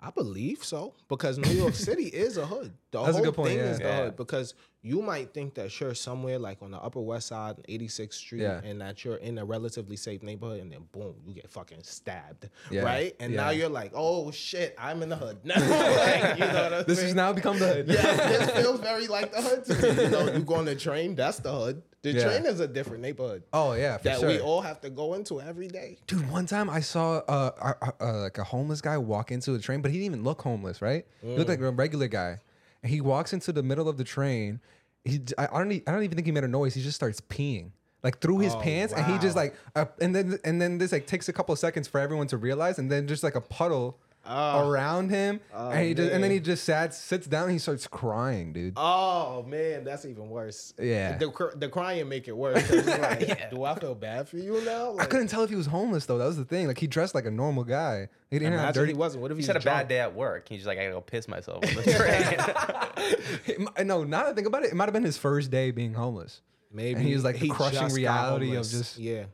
Speaker 1: I believe so because New
Speaker 5: [LAUGHS]
Speaker 1: York City is a hood. The
Speaker 5: That's a
Speaker 1: whole
Speaker 5: good point,
Speaker 1: thing
Speaker 5: yeah.
Speaker 1: is the
Speaker 3: Yeah.
Speaker 1: hood because you might think that you're somewhere like on the Upper West Side, 86th Street,
Speaker 5: Yeah.
Speaker 1: and that you're in a relatively safe neighborhood, and then boom, you get fucking stabbed,
Speaker 5: Yeah.
Speaker 1: right? And now
Speaker 5: Yeah.
Speaker 1: you're like, oh shit, I'm in the
Speaker 5: [LAUGHS]
Speaker 1: hood. [LAUGHS] now. Like, you know what I'm
Speaker 5: This
Speaker 1: saying?
Speaker 5: has now become the [LAUGHS]
Speaker 1: [LAUGHS]
Speaker 5: hood.
Speaker 1: yeah, this feels very like the hood to me. You know, you go on the train, that's the hood. The
Speaker 5: Yeah.
Speaker 1: train is a different neighborhood.
Speaker 5: Oh yeah, for
Speaker 1: that
Speaker 5: sure.
Speaker 1: we all have to go into every day.
Speaker 5: Dude, one time I saw uh, uh, uh, like a homeless guy walk into a train, but he didn't even look homeless, right? He looked
Speaker 1: Mm.
Speaker 5: like a regular guy, and he walks into the middle of the train. He, I, I don't, e- I don't even think he made a noise. He just starts peeing like through his pants, and he just
Speaker 1: Oh, wow.
Speaker 5: like, uh, and then and then this like takes a couple of seconds for everyone to realize, and then just like a puddle around him, and he just, and
Speaker 1: Ah. Oh,
Speaker 5: then
Speaker 1: man.
Speaker 5: he just sat, sits down, and he starts crying, dude.
Speaker 1: Oh man, that's even worse.
Speaker 5: Yeah.
Speaker 1: the, cr- the crying make it worse. 'cause it's like,
Speaker 5: [LAUGHS]
Speaker 1: Do I feel bad for you now?
Speaker 5: I
Speaker 1: Like,
Speaker 5: couldn't tell if he was homeless though. That was the thing. Like he dressed like a normal guy. He didn't have
Speaker 1: Imagine
Speaker 5: dirty.
Speaker 1: he wasn't. What if
Speaker 3: He
Speaker 1: he's
Speaker 3: had a
Speaker 1: drunk?
Speaker 3: bad day at work. He's just like, I gotta go piss myself
Speaker 5: [LAUGHS]
Speaker 3: on the train.
Speaker 5: It mi- no, now that I think about it, it might have been his first day being homeless.
Speaker 1: Maybe
Speaker 5: And he was like the crushing
Speaker 1: just got
Speaker 5: reality of
Speaker 1: homeless.
Speaker 5: just-
Speaker 1: yeah.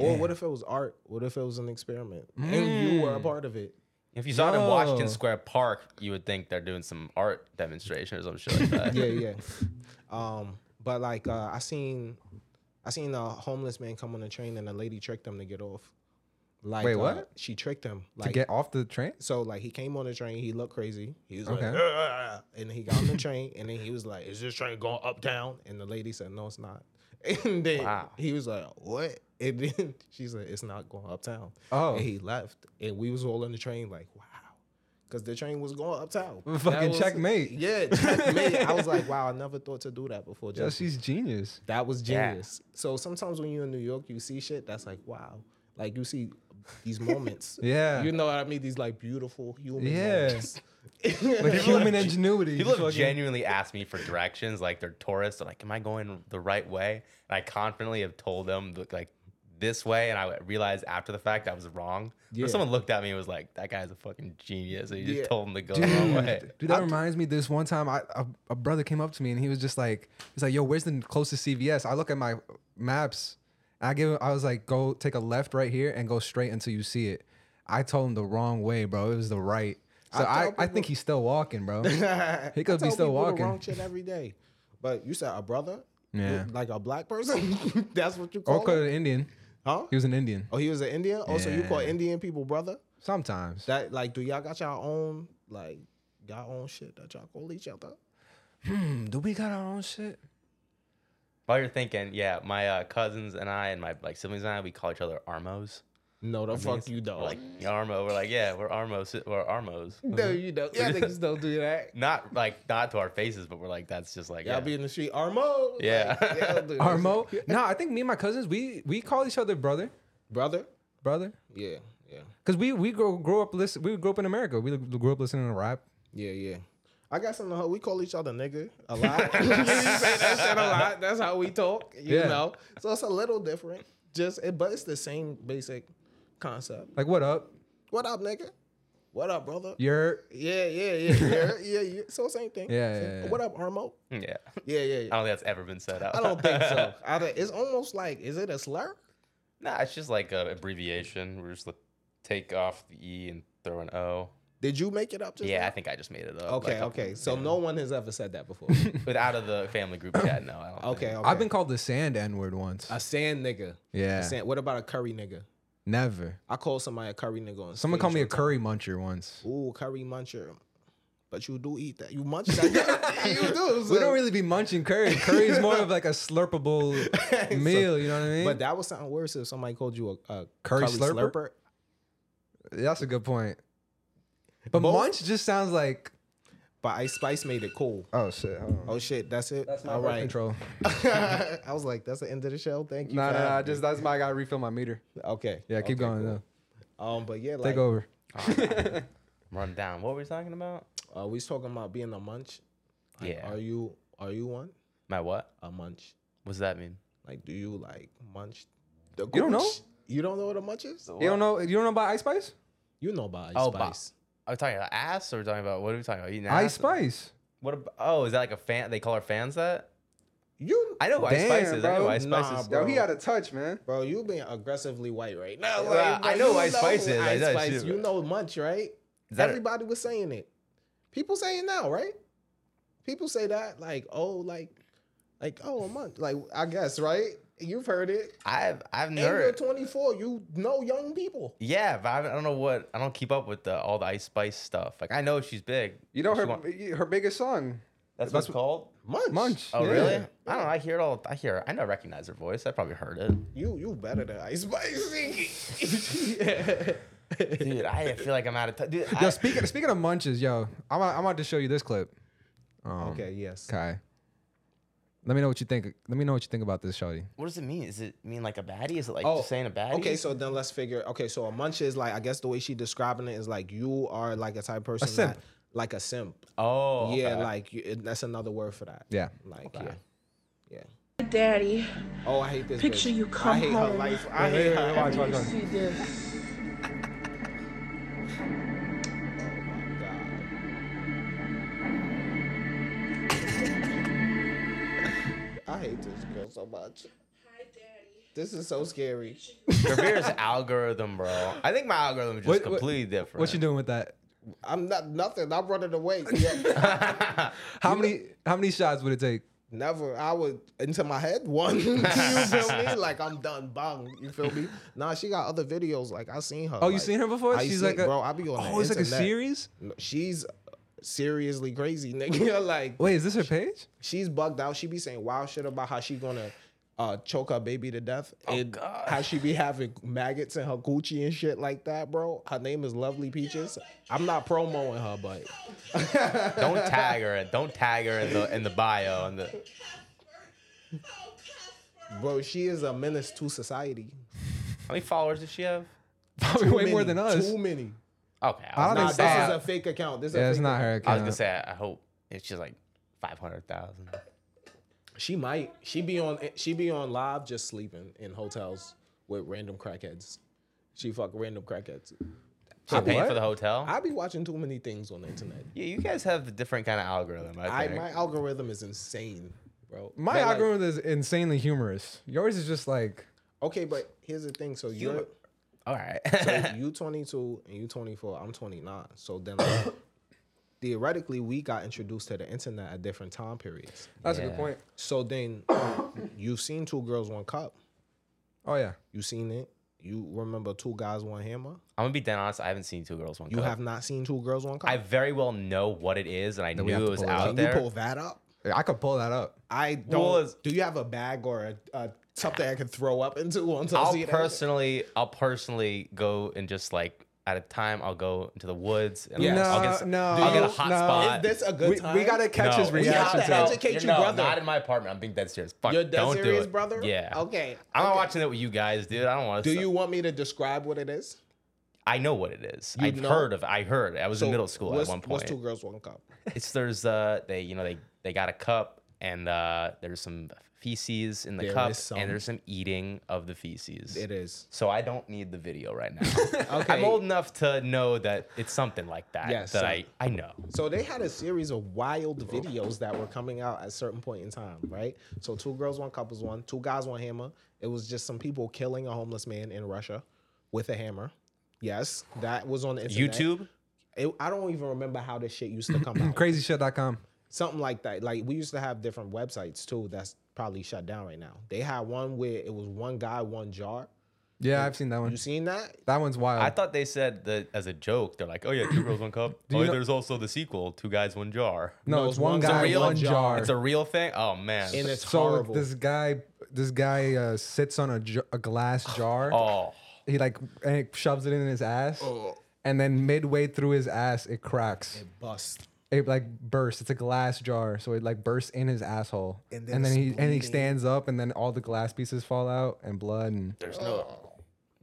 Speaker 1: Or what if it was art? What if it was an experiment and you
Speaker 5: Mm.
Speaker 1: were a part of it?
Speaker 3: if you saw it in Washington
Speaker 5: Yo.
Speaker 3: Square Park, you would think they're doing some art demonstration or some shit like
Speaker 1: [LAUGHS]
Speaker 3: that.
Speaker 1: Yeah, yeah. um, but like uh, I seen, I seen a homeless man come on the train and a lady tricked him to get off. Like
Speaker 5: Wait,
Speaker 1: uh,
Speaker 5: what?
Speaker 1: she tricked him.
Speaker 5: To
Speaker 1: Like
Speaker 5: get off the train?
Speaker 1: So like he came on the train, he looked crazy. He was
Speaker 5: Okay.
Speaker 1: like, "Ugh," and he got on the train, and then he was like, "Is this train going uptown?" And the lady said, "No, it's not." [LAUGHS] And then
Speaker 3: Wow.
Speaker 1: he was like, "What?" And then [LAUGHS] she said, "It's not going uptown."
Speaker 5: Oh.
Speaker 1: and he left, and we was all on the train like, "Wow," because the train was going uptown.
Speaker 5: Fucking
Speaker 1: was-
Speaker 5: checkmate. [LAUGHS]
Speaker 1: Yeah, checkmate. I was like, "Wow, I never thought to do that before."
Speaker 5: Yeah,
Speaker 1: Just [LAUGHS]
Speaker 5: she's genius.
Speaker 1: that was
Speaker 3: Yeah.
Speaker 1: genius. So sometimes when you're in New York, you see shit that's like, wow. Like you see these moments.
Speaker 5: Yeah.
Speaker 1: You know what I mean? These like beautiful human
Speaker 5: Yeah.
Speaker 1: moments.
Speaker 5: Like human ingenuity.
Speaker 3: People have
Speaker 5: Fucking-
Speaker 3: genuinely asked me for directions. Like they're tourists. They're like, "Am I going the right way?" And I confidently have told them th- like this way, and I realized after the fact I was wrong.
Speaker 1: Yeah.
Speaker 3: But someone looked at me and was like, "That guy's a fucking genius," and he just
Speaker 1: Yeah.
Speaker 3: told him to go
Speaker 5: Dude,
Speaker 3: the wrong way.
Speaker 5: dude, that reminds me. This one time, I a, a brother came up to me and he was just like, he's like, "Yo, where's the closest CVS?" I look at my maps. And I give. him- I was like, "Go take a left right here and go straight until you see it." I told him the wrong way, bro. It was the right. So
Speaker 1: I
Speaker 5: I, I,
Speaker 1: tell
Speaker 5: think
Speaker 1: people-
Speaker 5: he's still
Speaker 1: [LAUGHS]
Speaker 5: walking, bro.
Speaker 1: he
Speaker 5: could be still walking.
Speaker 1: wrong shit every day. But you said a brother?
Speaker 5: Yeah.
Speaker 1: Like a black person? [LAUGHS] that's what you
Speaker 5: or
Speaker 1: call
Speaker 5: could
Speaker 1: him?
Speaker 5: an Indian.
Speaker 1: Huh?
Speaker 5: He was an Indian.
Speaker 1: oh, he was an Indian? Oh, so you call
Speaker 5: Yeah.
Speaker 1: Indian people brother?
Speaker 5: Sometimes.
Speaker 1: That like do y'all got y'all own like y'all own shit that y'all call each other?
Speaker 5: Do we got our own shit?
Speaker 3: While you're thinking, yeah, my uh, cousins and I and my like siblings and I, we call each other Armos.
Speaker 1: No, the fuck you don't.
Speaker 3: Like Armo, we're like, yeah, we're Armos, we're Armos.
Speaker 1: no, you don't. Yeah, niggas don't do that.
Speaker 3: Not like not to our faces, but we're like, that's just like,
Speaker 1: Y'all
Speaker 3: yeah.
Speaker 1: be in the street, Armo.
Speaker 3: Yeah.
Speaker 1: like, y'all do this. [LAUGHS]
Speaker 5: Armo. No, I think me and my cousins we we call each other brother,
Speaker 1: brother.
Speaker 5: brother,
Speaker 1: Yeah, yeah,
Speaker 5: because we we grow grow up listen we grew up in America. We grew up listening to rap.
Speaker 1: yeah, yeah. I got something. to hold- We call each other nigga a lot. [LAUGHS] you say that shit a lot. That's how we talk. You
Speaker 5: Yeah.
Speaker 1: know. So it's a little different. Just, it, but it's the same basic concept.
Speaker 5: Like what up?
Speaker 1: What up, nigga? What up, brother?
Speaker 5: You're
Speaker 1: Yeah, yeah, yeah, yeah, yeah, yeah. So same thing.
Speaker 5: Yeah,
Speaker 1: Same-
Speaker 5: yeah, yeah.
Speaker 1: What up, Armo?
Speaker 3: [LAUGHS] yeah.
Speaker 1: Yeah, yeah,
Speaker 3: Mm. I
Speaker 1: yeah.
Speaker 3: don't think that's ever been said out.
Speaker 1: I don't
Speaker 3: [LAUGHS]
Speaker 1: think so. I don't, it's almost like, is it a slur?
Speaker 3: nah, it's just like an abbreviation. We're just like take off the E and throw an O.
Speaker 1: Did you make it up? Just
Speaker 3: Yeah, I
Speaker 1: now?
Speaker 3: think I just made it up.
Speaker 1: Okay,
Speaker 3: like, a-
Speaker 1: okay. So no one has ever said that before.
Speaker 3: But out of the family group chat, no. I don't think.
Speaker 1: Okay, okay.
Speaker 5: I've been called the sand N word once.
Speaker 1: a sand nigga.
Speaker 5: Yeah.
Speaker 1: A sand, what about a curry nigga?
Speaker 5: Never.
Speaker 1: I called somebody a curry nigga. On
Speaker 5: Someone
Speaker 1: stage
Speaker 5: called me a
Speaker 1: one time.
Speaker 5: curry muncher once.
Speaker 1: Ooh, curry muncher. But you do eat that. You
Speaker 5: [LAUGHS]
Speaker 1: munch that. [LAUGHS] you do.
Speaker 5: We
Speaker 1: so-
Speaker 5: don't really be munching
Speaker 1: [LAUGHS]
Speaker 5: curry. Curry is more of like a slurpable meal. You know what I mean?
Speaker 1: But that would sound worse if somebody called you a, a
Speaker 5: Curry slurper? That's a good point. But
Speaker 1: Both-
Speaker 5: munch just sounds like
Speaker 1: But Ice Spice made it cool.
Speaker 5: oh shit. Hold on.
Speaker 1: Oh shit, that's it. That's
Speaker 5: All right. Control.
Speaker 1: I was like, that's the end of the show. Thank you.
Speaker 5: No,
Speaker 1: for
Speaker 5: no, no.
Speaker 1: having
Speaker 5: Just
Speaker 1: me.
Speaker 5: that's my. I gotta refill my meter.
Speaker 1: okay.
Speaker 5: Yeah, keep
Speaker 1: Okay,
Speaker 5: going.
Speaker 1: cool.
Speaker 5: though.
Speaker 1: Um, but yeah,
Speaker 5: Take
Speaker 1: like
Speaker 5: over.
Speaker 3: Run down. What were we talking about?
Speaker 1: uh, we was talking about being a munch. Like,
Speaker 3: Yeah.
Speaker 1: Are you are you one
Speaker 3: My what?
Speaker 1: a munch?
Speaker 3: What does that mean?
Speaker 1: Like, do you like munch? The
Speaker 5: don't know?
Speaker 1: gooch? You don't know what a munch is?
Speaker 5: You don't know. You don't know about Ice Spice?
Speaker 1: You know about Ice
Speaker 3: Oh, ba-
Speaker 1: Spice.
Speaker 3: Are we talking about ass or are we talking about what are we talking about? Eating
Speaker 5: Ice
Speaker 3: ass?
Speaker 5: Spice.
Speaker 3: What? Ab- oh, is that like a fan? They call our fans that?
Speaker 1: You,
Speaker 3: I know who Ice Spice
Speaker 5: Damn,
Speaker 3: is. I know who
Speaker 5: bro.
Speaker 3: Ice Spice
Speaker 1: Nah,
Speaker 3: is.
Speaker 1: bro. Yo, he out
Speaker 5: of touch, man.
Speaker 1: bro, you being aggressively white right now.
Speaker 3: Yeah,
Speaker 1: like,
Speaker 3: I
Speaker 1: bro,
Speaker 3: know
Speaker 1: you
Speaker 3: Ice Spice is. I
Speaker 1: Ice
Speaker 3: know that
Speaker 1: Spice.
Speaker 3: shit,
Speaker 1: You
Speaker 3: bro.
Speaker 1: know munch, right?
Speaker 3: that a-
Speaker 1: Everybody was saying it. People say it now, right? People say that like, oh, like, like, oh, a munch. Like, I guess, right? You've heard it.
Speaker 3: I've I've
Speaker 1: And you're
Speaker 3: never.
Speaker 1: 24. You know young people.
Speaker 3: yeah, but I don't know what. I don't keep up with the, all the Ice Spice stuff. Like I know she's big.
Speaker 5: You know
Speaker 3: She
Speaker 5: her
Speaker 3: want-
Speaker 5: her biggest song.
Speaker 3: that's what it's called.
Speaker 1: Munch.
Speaker 5: Munch.
Speaker 3: Oh
Speaker 5: Yeah.
Speaker 3: really? I don't know. I hear it all. I hear. I know. Recognize her voice. I probably heard it.
Speaker 1: You you better than Ice
Speaker 3: [LAUGHS]
Speaker 1: Spice. yeah.
Speaker 3: Dude, I feel like I'm out of touch. Dude, I,
Speaker 5: Yo, speaking speaking of munches, yo, I'm about- I'm about to show you this clip. Um,
Speaker 1: Okay. Yes.
Speaker 5: Okay. Let me know what you think. Let me know what you think about this, Shawty.
Speaker 3: what does it mean? Is it mean like a baddie? Is it like
Speaker 1: Oh,
Speaker 3: just saying a baddie?
Speaker 1: Okay. So then let's figure. Okay. So a munch is like I guess the way she describing it is like you are like a type of person
Speaker 5: simp.
Speaker 1: that like a simp.
Speaker 3: Oh. okay. [LAUGHS]
Speaker 1: Yeah. Like you, it- that's another word for that.
Speaker 5: Yeah.
Speaker 1: Like yeah. Yeah.
Speaker 7: Daddy,
Speaker 1: Oh, I hate this.
Speaker 7: Picture
Speaker 1: bitch.
Speaker 7: you come
Speaker 1: I hate her
Speaker 7: home.
Speaker 1: life. I hate her. every-
Speaker 7: you see this.
Speaker 1: [LAUGHS] I hate this girl so much.
Speaker 7: Hi, Daddy.
Speaker 1: This is so scary.
Speaker 3: Gravere's algorithm, bro. I think my algorithm is just
Speaker 5: What- what-
Speaker 3: completely different.
Speaker 5: What you doing with that?
Speaker 1: I'm not nothing. I'm running away.
Speaker 5: [LAUGHS]
Speaker 1: Yeah.
Speaker 5: How many how many shots would it take?
Speaker 1: Never. I would into my head
Speaker 5: [LAUGHS]
Speaker 1: one. [LAUGHS] you feel me? Like I'm done. Bang. You feel me? Nah, she got other videos. Like I seen her.
Speaker 5: Oh, you
Speaker 1: like,
Speaker 5: seen her before?
Speaker 1: I
Speaker 5: She's
Speaker 1: seen-
Speaker 5: like a
Speaker 1: bro. I be on.
Speaker 5: Oh,
Speaker 1: the
Speaker 5: it's like a
Speaker 1: internet.
Speaker 5: series.
Speaker 1: No, She's seriously crazy, [LAUGHS] nigga. like
Speaker 5: Wait, is this her page?
Speaker 1: she's bugged out. She be saying wild shit about how she gonna. Uh, choke her baby to death
Speaker 5: Oh,
Speaker 1: and how she be having maggots in her Gucci and shit like that, bro. Her name is Lovely Peaches. I'm not promoting her, but
Speaker 5: [LAUGHS]
Speaker 3: Don't tag her. and Don't tag her in the in the bio. And the
Speaker 1: bro, she is a menace to society.
Speaker 3: how many followers does she have?
Speaker 5: [LAUGHS] Probably
Speaker 1: Too
Speaker 5: way more
Speaker 1: many,
Speaker 5: than us.
Speaker 1: Too many.
Speaker 3: Okay.
Speaker 5: I
Speaker 3: I
Speaker 1: Nah,
Speaker 5: don't
Speaker 3: was, gonna,
Speaker 1: this
Speaker 5: think
Speaker 1: is
Speaker 5: so.
Speaker 1: a fake account. This is a
Speaker 5: Yeah, it's
Speaker 1: fake
Speaker 5: not her
Speaker 3: I was
Speaker 5: account.
Speaker 3: gonna say. I hope it's just like five hundred thousand.
Speaker 1: She might. She be on. She be on live, just sleeping in hotels with random crackheads. She fuck random crackheads.
Speaker 3: She paying
Speaker 5: what?
Speaker 3: for the hotel.
Speaker 1: I be watching too many things on the internet.
Speaker 3: yeah, you guys have a different kind of algorithm. I
Speaker 1: I
Speaker 3: think.
Speaker 1: my algorithm is insane, bro.
Speaker 5: My
Speaker 1: But, like,
Speaker 5: algorithm is insanely humorous. Yours is just like
Speaker 1: okay, but here's the thing. So you're
Speaker 3: All right.
Speaker 1: you 22 and you 24. I'm 29. So then. like, Theoretically, we got introduced to the internet at different time periods.
Speaker 5: that's a
Speaker 3: Yeah.
Speaker 5: good point.
Speaker 1: So then, you've seen two girls, one cup.
Speaker 5: Oh yeah.
Speaker 1: You seen it. You remember two guys, one hammer.
Speaker 3: [LAUGHS] I'm gonna be dead honest. I haven't seen Two Girls One
Speaker 1: You
Speaker 3: Cup.
Speaker 1: have not seen two girls, one cup.
Speaker 3: Uh, I very well know what it is, and I
Speaker 5: we have to
Speaker 3: knew it was
Speaker 5: pull it
Speaker 3: out
Speaker 1: Can you
Speaker 3: there.
Speaker 1: pull that up?
Speaker 5: I could pull that up.
Speaker 1: I
Speaker 3: Well,
Speaker 1: don't.
Speaker 3: it's-
Speaker 1: do you have a bag or a, a something I can throw up into once I
Speaker 3: I'll
Speaker 1: see it.
Speaker 3: personally, I'll personally go and just like at a time, I'll go into the woods and
Speaker 5: Yeah.
Speaker 3: I'll,
Speaker 5: No,
Speaker 3: get, s-
Speaker 5: no.
Speaker 3: I'll get a hot
Speaker 5: No.
Speaker 3: spot. Oh,
Speaker 1: Is this a good
Speaker 5: we,
Speaker 1: time?
Speaker 5: we gotta catch his
Speaker 3: No, it's
Speaker 5: reaction
Speaker 3: not
Speaker 1: to
Speaker 3: that.
Speaker 1: it. Educate
Speaker 3: You're-
Speaker 1: your
Speaker 3: no,
Speaker 1: brother.
Speaker 3: Not in my apartment. I'm being dead serious. Fuck,
Speaker 1: You're dead
Speaker 3: don't do
Speaker 1: serious,
Speaker 3: it.
Speaker 1: brother?
Speaker 3: Yeah.
Speaker 1: Okay,
Speaker 3: I'm not
Speaker 1: okay.
Speaker 3: watching it with you guys, dude. I don't want to.
Speaker 1: Do you want me to describe what it is?
Speaker 3: I know what it is.
Speaker 1: You
Speaker 3: I've
Speaker 1: know?
Speaker 3: heard of. I heard. I was in middle school at
Speaker 1: what's-
Speaker 3: one point.
Speaker 1: What's two girls, one cup?
Speaker 3: It's there's uh they you know they they got a cup and uh there's some feces in the
Speaker 1: There
Speaker 3: cup
Speaker 1: is some.
Speaker 3: and there's some eating of the feces.
Speaker 1: It is.
Speaker 3: So I don't need the video right now.
Speaker 1: [LAUGHS] Okay.
Speaker 3: I'm old enough to know that it's something like that.
Speaker 1: Yes,
Speaker 3: that
Speaker 1: so-
Speaker 3: I I know.
Speaker 1: So they had a series of wild videos that were coming out at certain point in time, right? So two girls, one cup was one. Two guys, one hammer. It was just some people killing a homeless man in Russia with a hammer. Yes, that was on the internet.
Speaker 3: YouTube.
Speaker 1: It- I don't even remember how this shit used to come
Speaker 3: [CLEARS THROAT]
Speaker 1: out.
Speaker 5: Crazyshit.com.
Speaker 1: something like that. Like we used to have different websites too. That's probably shut down right now. They had one where it was one guy, one jar.
Speaker 5: Yeah, I've seen that one.
Speaker 1: You seen that?
Speaker 5: That one's
Speaker 1: Oh.
Speaker 5: wild.
Speaker 3: I thought they said that as a joke. They're like, oh yeah, two girls
Speaker 1: [LAUGHS]
Speaker 3: one cup.
Speaker 5: you
Speaker 3: Oh, yeah,
Speaker 5: know-
Speaker 3: there's also the sequel, two guys one jar.
Speaker 5: no, it's one
Speaker 1: It's a
Speaker 5: guy,
Speaker 1: real
Speaker 5: one
Speaker 1: jar.
Speaker 5: jar.
Speaker 3: It's a real thing. Oh man.
Speaker 1: And it's
Speaker 5: so
Speaker 1: horrible.
Speaker 5: this guy, this guy uh, sits on a, j- a glass jar.
Speaker 3: oh.
Speaker 5: He like and he shoves it in his ass, and then midway through his ass, it cracks.
Speaker 1: Bust.
Speaker 5: it like bursts. It's a glass jar, so it like bursts in his asshole.
Speaker 1: And then
Speaker 5: And then,
Speaker 1: it's
Speaker 5: he and he
Speaker 1: bleeding.
Speaker 5: stands up, and then all the glass pieces fall out and blood. And
Speaker 3: There's no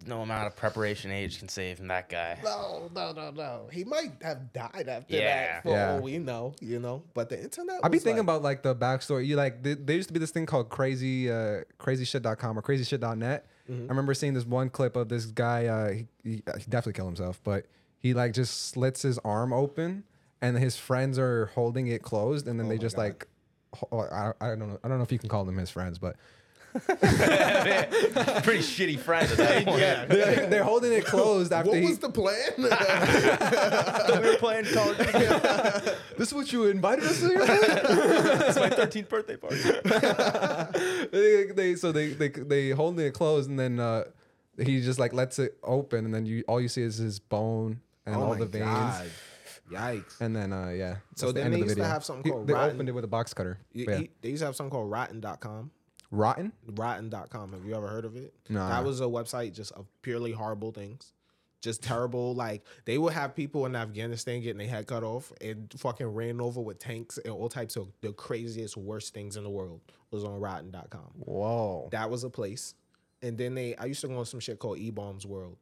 Speaker 3: no amount of preparation age can save from
Speaker 1: [LAUGHS]
Speaker 3: that guy. [LAUGHS]
Speaker 1: No, no, no, no. He might have died after
Speaker 3: Yeah.
Speaker 1: that, for
Speaker 5: Yeah.
Speaker 1: all we know, you know. But the internet.
Speaker 5: I be
Speaker 1: was
Speaker 5: thinking
Speaker 1: like-
Speaker 5: about like the backstory. You like th- there used to be this thing called crazy uh, crazyshit.com or crazyshit.net.
Speaker 1: Mm-hmm.
Speaker 5: I remember seeing this one clip of this guy. Uh, he, he, uh, he definitely killed himself, but he like just slits his arm open, and his friends are holding it closed,
Speaker 1: Oh
Speaker 5: and then they just like. ho- I, I don't know. I don't know if you can call them his
Speaker 1: [LAUGHS]
Speaker 5: friends, but
Speaker 3: Pretty shitty friend at that point.
Speaker 1: [LAUGHS] Yeah.
Speaker 5: [LAUGHS] they're, they're holding it closed after
Speaker 1: What
Speaker 5: he,
Speaker 1: was the plan? [LAUGHS]
Speaker 3: we were playing Call of Duty.
Speaker 5: This is what you invited us to?
Speaker 1: [LAUGHS]
Speaker 3: It's my 13th birthday party.
Speaker 5: they, they so they they they hold it closed and then uh he just like lets it open and then you all you see is his bone and
Speaker 1: Oh
Speaker 5: all the veins
Speaker 1: Yikes.
Speaker 5: and then uh yeah
Speaker 1: So
Speaker 5: that's the
Speaker 1: then they
Speaker 5: end of the
Speaker 1: used to
Speaker 5: video.
Speaker 1: have something
Speaker 5: He-
Speaker 1: called
Speaker 5: they
Speaker 1: rotten-
Speaker 5: opened it with a box cutter
Speaker 1: You-
Speaker 5: But yeah.
Speaker 1: you- They used to have something called rotten.com.
Speaker 5: rotten
Speaker 1: Rotten.com. Have you ever heard of it?
Speaker 5: Nah.
Speaker 1: That was a website just of purely horrible things. Just terrible. Like they would have people in Afghanistan getting their head cut off and fucking ran over with tanks and all types of the craziest, worst things in the world was on Rotten.com.
Speaker 5: whoa
Speaker 1: That was a place. And then they I used to go on some shit called E Bombs World.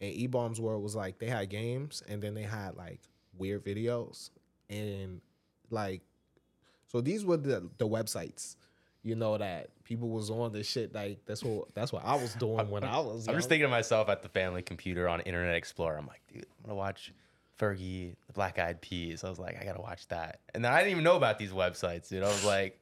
Speaker 1: And E Bombs World was like they had games and then they had like weird videos and like so these were the the websites, you know, that people was on this shit. Like that's what that's what I was doing when I was.
Speaker 3: I'm
Speaker 1: young.
Speaker 3: just thinking of myself at the family computer on Internet Explorer. I'm like, dude, I'm gonna watch Fergie, the Black Eyed Peas. I was like, I gotta watch that. And then I didn't even know about these websites, dude. I was like,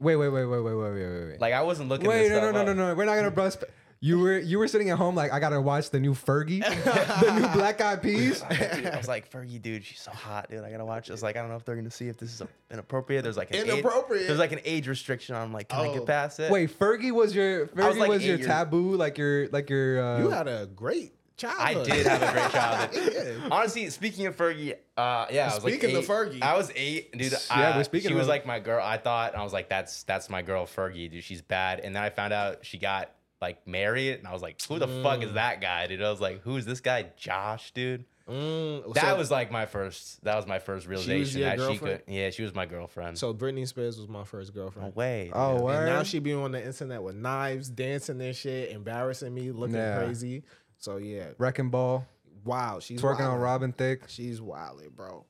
Speaker 5: wait wait wait wait wait wait wait wait wait
Speaker 3: like I wasn't looking.
Speaker 5: wait no
Speaker 3: this
Speaker 5: no
Speaker 3: stuff
Speaker 5: no no
Speaker 3: up.
Speaker 5: no we're not gonna bust you were you were sitting at home like I gotta watch the new
Speaker 1: [LAUGHS]
Speaker 5: Fergie the new Black Eyed Peas
Speaker 3: Dude, [LAUGHS] I was like, Fergie, dude, she's so hot, dude. I gotta watch. it." I was like, I don't know if they're gonna see if this is inappropriate. There's like an age-
Speaker 1: Inappropriate?
Speaker 3: there's like an age restriction. on like, can I
Speaker 1: Oh.
Speaker 3: get past it?
Speaker 5: wait Fergie was your Fergie was,
Speaker 3: was, like, eight
Speaker 5: your
Speaker 3: years-
Speaker 5: taboo like your like your uh,
Speaker 1: you had a great
Speaker 3: I
Speaker 1: childhood.
Speaker 3: did have
Speaker 1: [LAUGHS]
Speaker 3: a great childhood.
Speaker 1: Yeah.
Speaker 3: Honestly, speaking of Fergie, uh, yeah, I was
Speaker 1: Speaking
Speaker 3: like
Speaker 1: of
Speaker 3: eight.
Speaker 1: Fergie.
Speaker 3: I was eight, dude.
Speaker 5: Yeah,
Speaker 3: I,
Speaker 5: we're speaking
Speaker 3: She
Speaker 5: of
Speaker 3: was
Speaker 5: her.
Speaker 3: like my girl. I thought, and I was like, that's that's my girl, Fergie, dude. She's bad. And then I found out she got like married, and I was like, who the fuck is that guy, dude? I was like, who is this guy, Josh, dude?
Speaker 1: Mm,
Speaker 3: That
Speaker 1: so-
Speaker 3: was like my first. That was my first realization
Speaker 1: your
Speaker 3: that she
Speaker 1: girlfriend?
Speaker 3: could. Yeah, she was my girlfriend.
Speaker 1: so. Britney Spears was my first girlfriend.
Speaker 3: way.
Speaker 5: oh
Speaker 3: dude.
Speaker 5: word?
Speaker 1: And now she be on the internet with knives, dancing and shit, embarrassing me, looking
Speaker 5: Yeah.
Speaker 1: crazy. So yeah,
Speaker 5: Wrecking Ball
Speaker 1: wow, she's
Speaker 5: twerking on
Speaker 1: wildin'.
Speaker 5: Robin Thicke.
Speaker 1: She's wilding, bro.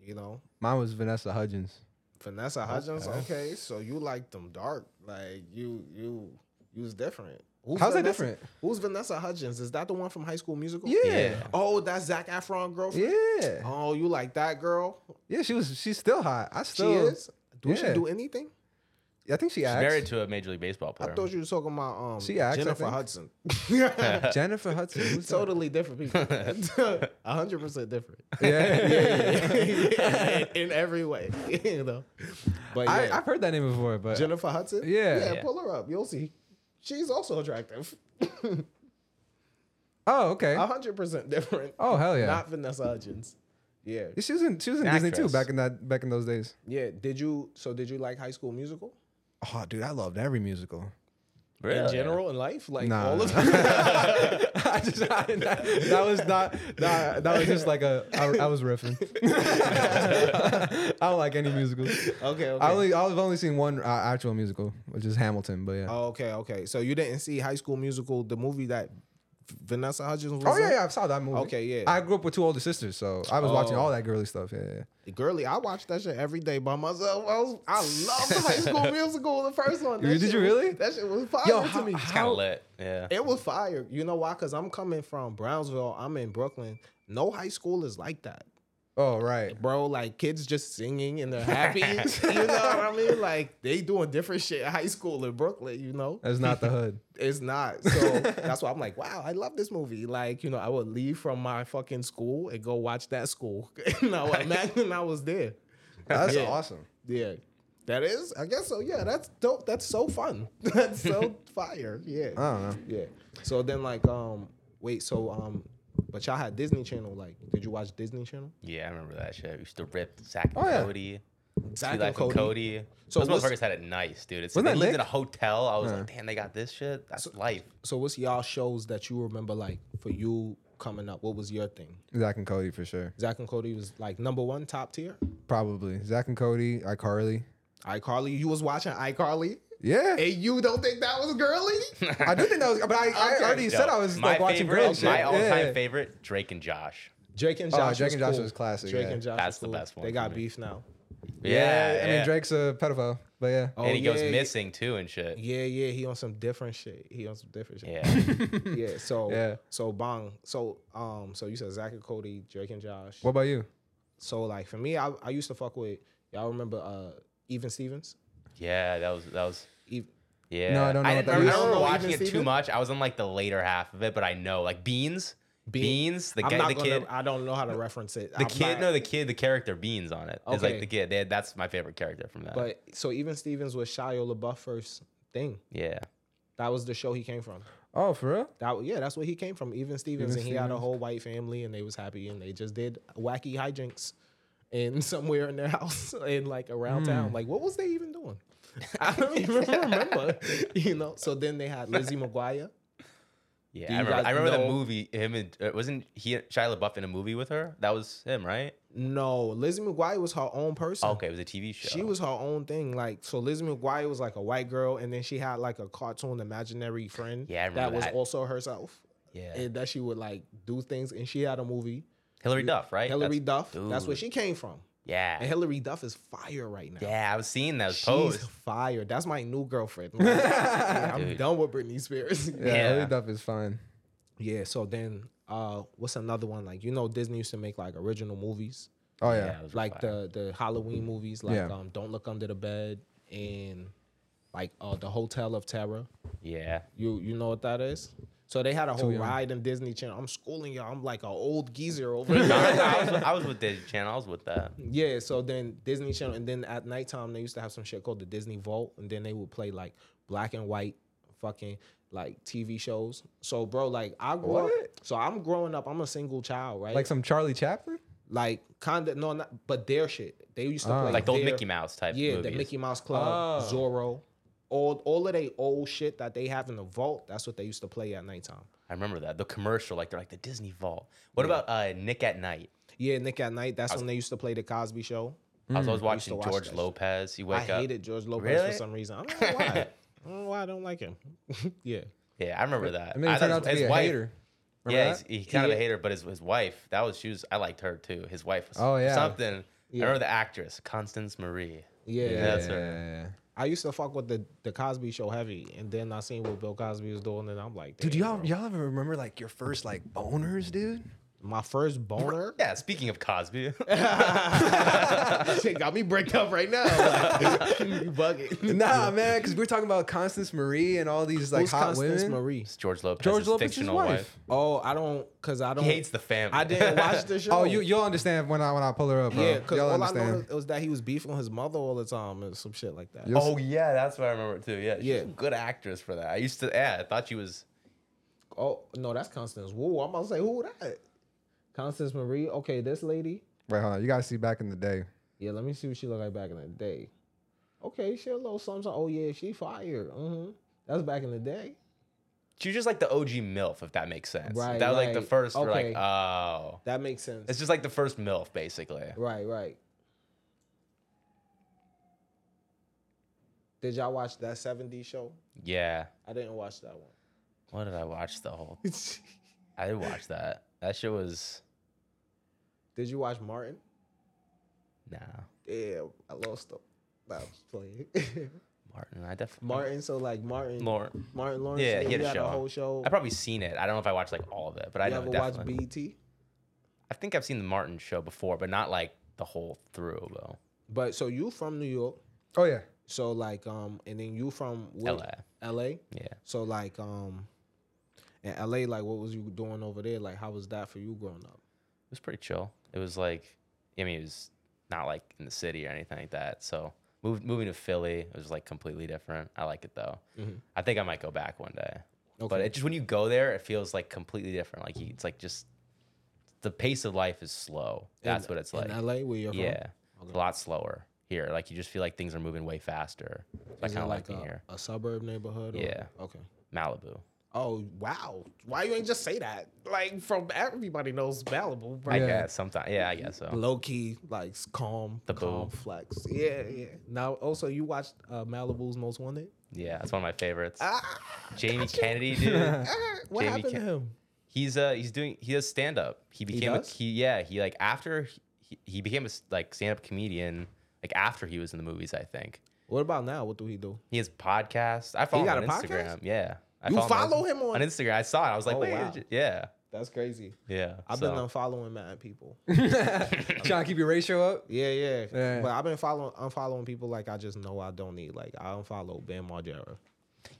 Speaker 1: You know,
Speaker 5: Mine was Vanessa Hudgens.
Speaker 1: Vanessa Hudgens. Okay, so you like them dark, like you you you was different. Who's
Speaker 5: How's that
Speaker 1: Vanessa-
Speaker 5: different?
Speaker 1: Who's Vanessa Hudgens? Is that the one from High School Musical?
Speaker 5: Yeah.
Speaker 1: Oh, that's Zach Efron girlfriend.
Speaker 5: Yeah,
Speaker 1: Oh, you like that girl?
Speaker 5: yeah. She was. She's still hot. I
Speaker 1: She
Speaker 5: still.
Speaker 1: is. Do she
Speaker 5: yeah.
Speaker 1: do anything?
Speaker 5: I think she
Speaker 3: She's
Speaker 5: acts.
Speaker 3: married to a major league baseball player.
Speaker 1: I thought you were talking about um
Speaker 5: She acts, I
Speaker 1: Jennifer
Speaker 5: think.
Speaker 1: Hudson. [LAUGHS]
Speaker 5: Jennifer Hudson. Who's that?
Speaker 1: totally different people. [LAUGHS] hundred percent [LAUGHS] different.
Speaker 5: [LAUGHS] Yeah.
Speaker 1: in every way, [LAUGHS] you know. But
Speaker 5: I,
Speaker 1: yeah.
Speaker 5: I've heard that name before, but
Speaker 1: Jennifer Hudson.
Speaker 5: Yeah.
Speaker 1: yeah,
Speaker 5: Yeah.
Speaker 1: Pull her up. You'll see. She's also attractive. [LAUGHS]
Speaker 5: oh okay.
Speaker 1: hundred percent different.
Speaker 5: Oh, hell yeah.
Speaker 1: Not Vanessa Hudgens. Yeah,
Speaker 5: Yeah, she was in. She was in
Speaker 3: An
Speaker 5: Disney too
Speaker 3: actress.
Speaker 5: back in that back in those days.
Speaker 1: yeah. Did you? So did you like High School Musical?
Speaker 5: Oh, dude, I loved every musical. [LAUGHS]
Speaker 1: in
Speaker 3: Really?
Speaker 1: general in life, like
Speaker 5: Nah. [LAUGHS]
Speaker 1: all of
Speaker 5: I just I, that, that was not nah, that was just like a I, I was riffing. [LAUGHS] I don't like any musicals.
Speaker 1: Okay, okay.
Speaker 5: I only I've only seen one uh, actual musical, which is Hamilton. But yeah.
Speaker 1: [LAUGHS]
Speaker 5: Oh,
Speaker 1: Oh, okay, okay. So you didn't see High School Musical, the movie that Vanessa Hudgens was
Speaker 5: Oh, yeah,
Speaker 1: in?
Speaker 5: yeah, I saw that movie.
Speaker 1: Okay, yeah.
Speaker 5: I grew up with two older sisters, so I was watching
Speaker 1: Oh.
Speaker 5: all that girly stuff. Yeah, yeah.
Speaker 1: Girly, I watched that shit every day by myself. I, was, I loved the High
Speaker 5: [LAUGHS]
Speaker 1: School Musical, the first one. That
Speaker 5: Did you
Speaker 1: shit was-
Speaker 5: really?
Speaker 1: that shit was fire
Speaker 5: Yo,
Speaker 1: to
Speaker 5: how-
Speaker 1: me.
Speaker 5: how-
Speaker 3: It's kind of lit. Yeah.
Speaker 1: It was fire. You know why? Because I'm coming from Brownsville. I'm in Brooklyn. No high school is like that,
Speaker 5: Oh right.
Speaker 1: bro. Like kids just singing and they're
Speaker 5: [LAUGHS]
Speaker 1: happy. you know what I mean? Like they doing different shit in high school in Brooklyn. You know,
Speaker 5: That's not the hood.
Speaker 1: it's not. So that's why I'm like, wow, I love this movie. Like you know, I would leave from my fucking school and go watch that school. [LAUGHS] and I would imagine I was there.
Speaker 5: [LAUGHS] That's
Speaker 1: Yeah.
Speaker 5: awesome.
Speaker 1: Yeah. That is, I guess so. Yeah, that's dope. That's so fun. [LAUGHS] That's
Speaker 5: [LAUGHS]
Speaker 1: so fire. Yeah.
Speaker 5: I don't know.
Speaker 1: Yeah. So then like um wait, so um but y'all had Disney Channel, like did you watch Disney Channel?
Speaker 3: Yeah, I remember that shit. We used to rip Zach and
Speaker 5: Oh, yeah.
Speaker 3: Cody.
Speaker 1: Zack
Speaker 3: Zach and Cody.
Speaker 1: So
Speaker 3: So Those
Speaker 1: what's-
Speaker 3: motherfuckers had it nice, dude. It's
Speaker 5: Wasn't
Speaker 3: like
Speaker 5: that
Speaker 3: they lived in
Speaker 5: Nick? Uh-huh.
Speaker 3: a hotel. I was like, damn, they got this shit. That's life.
Speaker 1: So what's y'all shows that you remember like for you coming up? What was your thing?
Speaker 5: Zach and Cody for sure.
Speaker 1: Zach and Cody was like number one top tier.
Speaker 5: Probably Zach and Cody, iCarly.
Speaker 1: iCarly, you was watching iCarly?
Speaker 5: Yeah,
Speaker 1: And you don't think that was
Speaker 3: [LAUGHS]
Speaker 1: girly?
Speaker 5: I do think that was, but I, I
Speaker 1: Okay.
Speaker 5: already said I was like watching
Speaker 3: favorite,
Speaker 5: girl shit.
Speaker 3: My all-time
Speaker 5: yeah.
Speaker 3: favorite, Drake and Josh.
Speaker 1: Drake and
Speaker 5: Oh,
Speaker 1: Josh.
Speaker 5: Drake and Josh
Speaker 1: cool.
Speaker 5: was classic,
Speaker 1: Drake
Speaker 5: yeah.
Speaker 1: and Josh.
Speaker 3: That's
Speaker 1: was
Speaker 3: the
Speaker 1: cool.
Speaker 3: best one
Speaker 1: They
Speaker 3: for
Speaker 1: got
Speaker 3: me.
Speaker 1: beef now.
Speaker 5: Yeah, I
Speaker 3: yeah.
Speaker 5: mean Drake's a pedophile, but yeah.
Speaker 1: Oh,
Speaker 3: and he goes
Speaker 1: yeah,
Speaker 3: missing too and shit.
Speaker 1: Yeah, yeah, he on some different shit. He on some different shit.
Speaker 3: Yeah.
Speaker 5: [LAUGHS]
Speaker 1: yeah.
Speaker 3: [LAUGHS]
Speaker 1: So
Speaker 5: Yeah.
Speaker 1: so bong. So um so you said Zach and Cody, Drake and Josh.
Speaker 5: What about you?
Speaker 1: So like for me, I, I used to fuck with y'all remember uh Even Stevens?
Speaker 3: yeah, that was that was
Speaker 1: Eve,
Speaker 3: yeah.
Speaker 5: No, I don't know
Speaker 3: I,
Speaker 5: what that
Speaker 3: remember-
Speaker 5: is.
Speaker 3: I remember
Speaker 1: You don't know
Speaker 3: watching
Speaker 1: Even
Speaker 3: it too
Speaker 1: Steven?
Speaker 3: much. I was on like the later half of it, but I know like Beans.
Speaker 1: Bean-
Speaker 3: Beans, the
Speaker 1: I'm
Speaker 3: guy,
Speaker 1: not
Speaker 3: the
Speaker 1: gonna-
Speaker 3: kid,
Speaker 1: I don't know how to reference it.
Speaker 3: the kid, no, the kid, the character Beans on it. It's
Speaker 1: Okay.
Speaker 3: like the kid. They, that's my favorite character from that.
Speaker 1: But so Even Stevens was Shia LaBeouf first thing.
Speaker 3: yeah,
Speaker 1: That was the show he came from.
Speaker 5: Oh, for real?
Speaker 1: That yeah, that's where he came from. Even Stevens,
Speaker 5: Even
Speaker 1: and he had a
Speaker 5: Stevens.
Speaker 1: whole white family, and they was happy, and they just did wacky hijinks, in [LAUGHS] somewhere in their house [LAUGHS] and like around
Speaker 3: Hmm.
Speaker 1: town. Like, what was they even
Speaker 3: [LAUGHS]
Speaker 1: doing? I don't even remember. You know. So then they had
Speaker 3: [LAUGHS]
Speaker 1: Lizzie McGuire.
Speaker 3: yeah.
Speaker 1: Do
Speaker 3: I
Speaker 1: you
Speaker 3: remember,
Speaker 1: guys
Speaker 3: I remember
Speaker 1: know-
Speaker 3: the movie. Him and uh, wasn't he Shia LaBeouf in a movie with her? That was him, right?
Speaker 1: No, Lizzie McGuire was her own person.
Speaker 3: Okay, it was a TV show.
Speaker 1: She was her own thing. Like, so Lizzie McGuire was like a white girl, and then she had like a cartoon imaginary friend
Speaker 3: Yeah, I
Speaker 1: that
Speaker 3: remember
Speaker 1: was
Speaker 3: that.
Speaker 1: also herself.
Speaker 3: Yeah.
Speaker 1: And that she would like do things, and she had a movie.
Speaker 3: Hillary Duff, right?
Speaker 1: Hillary
Speaker 3: That's-
Speaker 1: Duff. That's where
Speaker 3: dude,
Speaker 1: she came from. And
Speaker 3: Yeah.
Speaker 1: Hillary Duff is fire right now.
Speaker 3: Yeah, I was seeing those
Speaker 1: She's
Speaker 3: posts.
Speaker 1: fire. That's my new
Speaker 3: [LAUGHS]
Speaker 1: girlfriend. Like, yeah, I'm
Speaker 3: Dude.
Speaker 1: done with Britney Spears. [LAUGHS]
Speaker 5: Yeah,
Speaker 1: Yeah.
Speaker 3: Yeah.
Speaker 5: Lady Duff is fine.
Speaker 1: So then, uh, what's another one? Like you know, Disney used to make like original movies,
Speaker 5: Oh yeah.
Speaker 3: those were
Speaker 1: like
Speaker 3: fire. Mm-hmm.
Speaker 1: the the Halloween movies, like
Speaker 5: Yeah.
Speaker 1: um, Don't Look Under the Bed and like uh, the Hotel of Terror. [LAUGHS]
Speaker 3: yeah.
Speaker 1: You you know what that is? So they had a whole
Speaker 5: young.
Speaker 1: ride in Disney Channel. I'm schooling y'all. I'm like an old geezer
Speaker 3: [LAUGHS]
Speaker 1: over here.
Speaker 3: I, I was, I was with the channel. I was with that.
Speaker 1: Yeah, so then Disney Channel, and then at nighttime they used to have some shit called the Disney Vault, and then they would play like black and white fucking like TV shows. So bro, like I grew up,
Speaker 5: What?
Speaker 1: so I'm growing up. I'm a single child, right?
Speaker 5: Like
Speaker 1: Like,
Speaker 5: some Charlie Chaplin?
Speaker 1: like kind of no, not, but their shit. They used to
Speaker 5: Ah.
Speaker 1: play
Speaker 3: Like the old
Speaker 1: their-
Speaker 3: Mickey Mouse type
Speaker 1: Yeah,
Speaker 3: movies.
Speaker 1: the Mickey Mouse Club,
Speaker 5: Oh.
Speaker 1: Zorro, all all of they old shit that they have in the vault. That's what they used to play at nighttime.
Speaker 3: I remember that. The commercial, like they're like the Disney Vault. What about uh, Nick at Night?
Speaker 1: Yeah, Nick at Night. That's when they used to play the Cosby Show.
Speaker 3: I was always
Speaker 1: Mm, used to
Speaker 3: watching
Speaker 1: watch
Speaker 3: George
Speaker 1: that shit.
Speaker 3: Lopez. You
Speaker 1: I
Speaker 3: wake up.
Speaker 1: hated George Lopez
Speaker 3: Really?
Speaker 1: for some reason. I don't know
Speaker 3: [LAUGHS]
Speaker 1: why. I don't know why I don't like him. [LAUGHS] yeah.
Speaker 3: Yeah, I remember that.
Speaker 5: I mean, he
Speaker 3: I-
Speaker 5: turned
Speaker 3: his-
Speaker 5: out to
Speaker 3: his
Speaker 5: be a
Speaker 3: wife-
Speaker 5: hater. Remember
Speaker 3: yeah, he's,
Speaker 5: that?
Speaker 3: he's kind of a hater, but his, his wife, that was she was. I liked her too. His wife was
Speaker 5: Oh, yeah.
Speaker 3: something. I remember the actress Constance Marie.
Speaker 1: Yeah.
Speaker 3: Yeah.
Speaker 5: Yeah,
Speaker 3: That's
Speaker 5: yeah, yeah.
Speaker 1: I used to fuck with the, the Cosby show heavy and then I seen what Bill Cosby was doing and I'm like,
Speaker 5: Dude,
Speaker 1: "Damn,
Speaker 5: y'all
Speaker 1: bro."
Speaker 5: y'all ever remember like your first like boners, dude?
Speaker 1: my first
Speaker 5: [LAUGHS]
Speaker 1: boner?
Speaker 3: Yeah, speaking of Cosby, [LAUGHS]
Speaker 1: [LAUGHS] Shit got me bricked up right now. [LAUGHS] Like, you
Speaker 5: [LAUGHS]
Speaker 1: bugging.
Speaker 5: Nah, man, because we were talking about Constance Marie and all these like
Speaker 1: Who's
Speaker 5: hot
Speaker 1: Constance
Speaker 5: women.
Speaker 1: Marie?
Speaker 3: it's George Lopez's
Speaker 5: George Lopez's
Speaker 3: fictional
Speaker 5: wife.
Speaker 3: wife.
Speaker 1: Oh, I don't cause I don't
Speaker 3: He hates the family.
Speaker 1: I didn't watch
Speaker 3: [LAUGHS]
Speaker 1: the show.
Speaker 5: Oh, you you'll understand when I when I pull her up, bro.
Speaker 1: Yeah, because
Speaker 5: y'all
Speaker 1: all I
Speaker 5: understand.
Speaker 1: know was that he was beefing with his mother all the time and some shit like that.
Speaker 5: You'll
Speaker 3: Oh yeah, that's what I remember too. Yeah, she's
Speaker 1: Yeah.
Speaker 3: a good actress for that. I used to. Yeah, I thought she was.
Speaker 1: Oh no, that's Constance Wu. I'm about to say who that? Constance Marie. Okay, this lady.
Speaker 5: Wait, hold on. You gotta see back in the day.
Speaker 1: Yeah, let me see what she looked like back in the day. Okay, she a little something. Oh yeah, she fire. hmm That was back in the day.
Speaker 3: She was just like the OG MILF, if that makes sense.
Speaker 1: Right,
Speaker 3: that was like the
Speaker 1: right.
Speaker 3: first, we're
Speaker 1: Okay.
Speaker 3: like, oh.
Speaker 1: That makes sense.
Speaker 3: It's just like the first MILF, basically.
Speaker 1: right, right. Did y'all watch that 70s show?
Speaker 3: Yeah.
Speaker 1: I didn't watch that one.
Speaker 3: [LAUGHS] What did I watch the whole? I did watch that. That shit was
Speaker 1: Did you watch Martin?
Speaker 3: nah.
Speaker 1: Yeah, I lost them. Nah, I'm just playing. [LAUGHS]
Speaker 3: Martin, I definitely
Speaker 1: Martin, so like Martin,
Speaker 3: Lauren.
Speaker 1: Martin Lawrence.
Speaker 3: Yeah,
Speaker 1: so
Speaker 3: he had a
Speaker 1: had
Speaker 3: show.
Speaker 1: a whole show.
Speaker 3: I probably seen it. I don't know if I watched like all of it, but I
Speaker 1: you
Speaker 3: know
Speaker 1: ever E watch
Speaker 3: definitely.
Speaker 1: BT?
Speaker 3: I think I've seen the Martin show before, but not like the whole through though.
Speaker 1: But so you from New York, [COUGHS]
Speaker 5: Oh yeah.
Speaker 1: so like um, and then you from what- LA.
Speaker 3: Yeah.
Speaker 1: So like um, in LA, like what was you doing over there? Like how was that for you growing up?
Speaker 3: It was pretty chill. It was like, I mean, it was not like in the city or anything like that. So moved, moving to Philly, it was like completely different. I like it though. I think I might go back one day. But
Speaker 1: Mm-hmm. Okay.
Speaker 3: it just when you go there, it feels like completely different. Like you- it's like just the pace of life is slow. That's what it's like.
Speaker 1: in LA, where you're from.
Speaker 3: Yeah, it's a lot slower here. Like you just feel like things are moving way faster. So I
Speaker 1: Is
Speaker 3: kind
Speaker 1: it
Speaker 3: of like
Speaker 1: like
Speaker 3: being
Speaker 1: a,
Speaker 3: here.
Speaker 1: a suburb neighborhood? or-
Speaker 3: Yeah.
Speaker 1: Okay.
Speaker 3: Malibu.
Speaker 1: Oh wow! Why you ain't just say that? Like from everybody knows Malibu,
Speaker 3: I
Speaker 1: right?
Speaker 5: Yeah.
Speaker 3: guess sometimes. Yeah, I guess so.
Speaker 1: low key, like s- calm,
Speaker 3: The
Speaker 1: calm
Speaker 3: boob.
Speaker 1: flex. Yeah, yeah. Now, also, you watched uh, Malibu's Most Wanted.
Speaker 3: Yeah, it's one of my favorites.
Speaker 1: Ah, [LAUGHS]
Speaker 3: Jamie Kennedy, dude.
Speaker 1: ah, what
Speaker 3: Jamie
Speaker 1: happened
Speaker 3: Ken-
Speaker 1: to him?
Speaker 3: he's uh he's doing he does stand up. He became
Speaker 1: does?
Speaker 3: a he yeah he like after he, he became a s- like stand up comedian like after he was in the movies. I think
Speaker 1: What about now? What do he do?
Speaker 3: he has podcasts. I follow
Speaker 1: got
Speaker 3: him
Speaker 1: a
Speaker 3: on
Speaker 1: podcast?
Speaker 3: Instagram. Yeah, I
Speaker 1: You
Speaker 3: on
Speaker 1: follow
Speaker 3: Inst-
Speaker 1: him on-
Speaker 3: on Instagram. I saw it. I was like,
Speaker 1: Oh,
Speaker 3: wait,
Speaker 1: wow.
Speaker 3: j- yeah,
Speaker 1: That's crazy.
Speaker 3: yeah.
Speaker 1: I've
Speaker 3: so-
Speaker 1: been unfollowing mad people.
Speaker 5: Trying to keep your ratio up.
Speaker 1: Yeah, yeah,
Speaker 5: Yeah.
Speaker 1: But I've been following unfollowing people like I just know I don't need. Like I unfollow Ben Margera.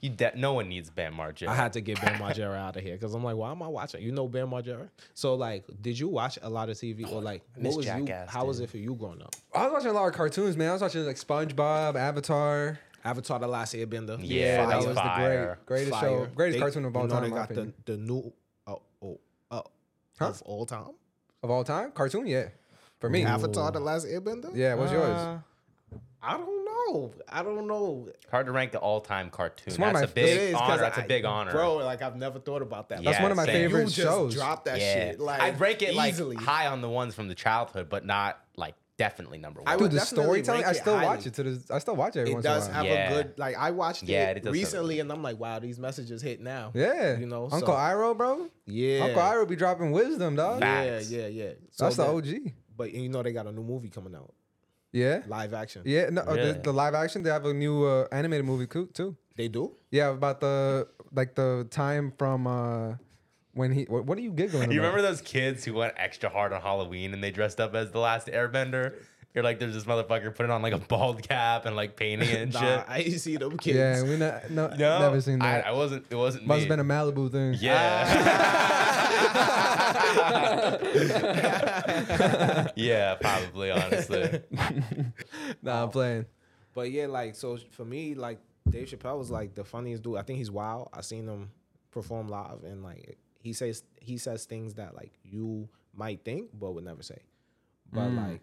Speaker 3: you de- no one needs Ben Margera.
Speaker 1: I had to get Ben Margera out of here because I'm like, why am I watching? You know Ben Margera. So like, did you watch a lot of TV or like
Speaker 3: miss
Speaker 1: what was you?
Speaker 3: Jackass,
Speaker 1: How was
Speaker 3: dude.
Speaker 1: it for you growing up?
Speaker 5: I was watching a lot of cartoons, man. I was watching like SpongeBob, Avatar.
Speaker 1: Avatar: The Last Airbender.
Speaker 3: Yeah, that
Speaker 5: that
Speaker 3: was
Speaker 5: was
Speaker 3: fire.
Speaker 5: the great, greatest
Speaker 1: Fire.
Speaker 5: show, greatest
Speaker 1: They-
Speaker 5: cartoon of all
Speaker 1: you know
Speaker 5: time.
Speaker 1: They
Speaker 5: in my
Speaker 1: got the,
Speaker 5: opinion.
Speaker 1: the new oh, oh, oh, of all time.
Speaker 5: Of all time, cartoon, yeah, for me.
Speaker 1: Avatar: The Last Airbender.
Speaker 5: Yeah,
Speaker 3: Uh,
Speaker 5: what's yours?
Speaker 1: I don't know. I don't know.
Speaker 3: Hard to rank the all-time cartoon.
Speaker 5: one of
Speaker 3: That's a
Speaker 5: my-
Speaker 3: big
Speaker 5: It
Speaker 1: 'cause
Speaker 3: honor. That's a
Speaker 1: I-
Speaker 3: big honor.
Speaker 1: bro. Like I've never thought about that.
Speaker 5: That's
Speaker 3: Yeah,
Speaker 5: one of my
Speaker 3: same.
Speaker 5: favorite
Speaker 1: you just
Speaker 5: shows.
Speaker 1: drop that
Speaker 3: yeah,
Speaker 1: shit. Like
Speaker 3: I rank it like
Speaker 1: easily.
Speaker 3: high on the ones from the childhood, but not like definitely number one.
Speaker 1: I
Speaker 5: Dude,
Speaker 1: would
Speaker 5: the
Speaker 1: definitely
Speaker 5: storytelling,
Speaker 1: rank
Speaker 5: I
Speaker 1: it
Speaker 5: still watch
Speaker 1: highly.
Speaker 5: it to this. I still watch it every
Speaker 1: It
Speaker 5: once in a
Speaker 1: does
Speaker 5: while.
Speaker 1: have
Speaker 3: Yeah.
Speaker 1: a good like I watched it,
Speaker 3: Yeah, it does have a-
Speaker 1: recently and I'm like, wow, these messages hit now.
Speaker 5: yeah,
Speaker 1: You know,
Speaker 5: Uncle
Speaker 1: so-
Speaker 5: Iroh, bro.
Speaker 1: Yeah.
Speaker 5: Uncle Iroh be dropping wisdom, dog.
Speaker 3: Fact.
Speaker 1: Yeah,
Speaker 3: Facts.
Speaker 1: yeah, yeah. So
Speaker 5: That's the
Speaker 1: that-
Speaker 5: OG.
Speaker 1: But you know they got a new movie coming out.
Speaker 5: Yeah,
Speaker 1: Live action.
Speaker 5: yeah. No, uh,
Speaker 3: Really?
Speaker 5: the, the live action. They have a new uh, animated movie coo- too.
Speaker 1: They do?
Speaker 5: Yeah, about the like the time from uh when he. What, what are you giggling?
Speaker 3: You
Speaker 5: about?
Speaker 3: remember those kids who went extra hard on Halloween and they dressed up as the last airbender? You're like, there's this motherfucker putting on like a bald cap and like painting it
Speaker 1: [LAUGHS]
Speaker 3: and
Speaker 1: Nah,
Speaker 3: shit.
Speaker 1: I ain't see them kids.
Speaker 5: Yeah, we not, [LAUGHS] no,
Speaker 3: No,
Speaker 5: never seen
Speaker 3: I-
Speaker 5: that.
Speaker 3: I, wasn't. It wasn't.
Speaker 5: Must
Speaker 3: me.
Speaker 5: have been a Malibu thing.
Speaker 3: yeah. [LAUGHS] yeah, probably. Honestly,
Speaker 5: [LAUGHS] Nah, I'm playing.
Speaker 1: But yeah, like so for me, like Dave Chappelle was like the funniest dude. I think he's wild. I seen him perform live, and like he says he says things that like you might think but would never say. But like,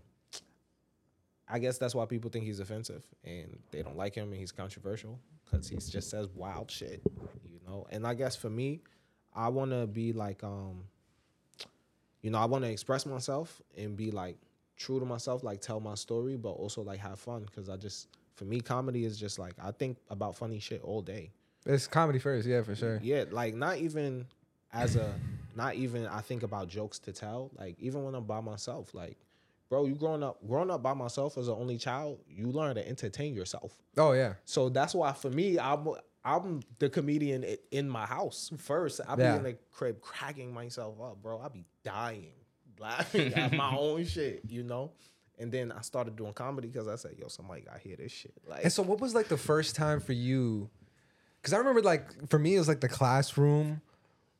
Speaker 1: I guess that's why people think he's offensive and they don't like him and he's controversial because he just says wild shit, you know. And I guess for me, I want to be like um you know, I want to express myself and be like true to myself, like tell my story, but also like have fun. Cause I just, for me, comedy is just like, I think about funny shit all day.
Speaker 5: It's comedy first, yeah, for sure.
Speaker 1: Yeah, like not even as a, not even I think about jokes to tell. Like even when I'm by myself, like, bro, you growing up, growing up by myself as an only child, you learn to entertain yourself.
Speaker 5: Oh yeah,
Speaker 1: So that's why for me, I'm I'm the comedian i- in my house first. I be
Speaker 5: Yeah.
Speaker 1: in the crib cracking myself up, bro. I be dying laughing at
Speaker 5: [LAUGHS]
Speaker 1: my own shit, you know. And then I started doing comedy because I said, "Yo, somebody got to hear this shit." Like, [LAUGHS]
Speaker 5: And so, what was like the first time for you? Because I remember, like for me, it was like the classroom.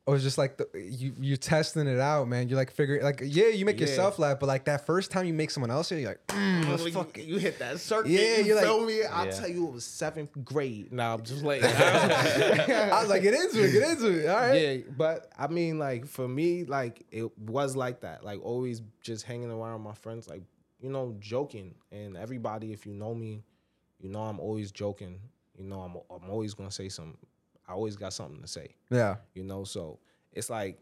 Speaker 5: It was just like the, you you testing it out, man. You like figuring, like yeah, you make
Speaker 1: Yeah.
Speaker 5: yourself laugh, but like that first time you make someone else, you're like, mm,
Speaker 1: you- you, hit that circuit.
Speaker 5: Yeah,
Speaker 1: you
Speaker 5: you're like-
Speaker 1: feel me? I
Speaker 3: Yeah.
Speaker 1: tell you, it was seventh grade. Now I'm just like,
Speaker 5: [LAUGHS]
Speaker 1: [LAUGHS]
Speaker 5: I was like, get into it, get into it. All right,
Speaker 1: yeah. But I mean, like for me, like it was like that. Like always, just hanging around my friends, like you know, joking. And everybody, if you know me, you know I'm always joking. You know, I'm I'm always gonna say some. I always got something to say.
Speaker 5: Yeah.
Speaker 1: You know, so it's like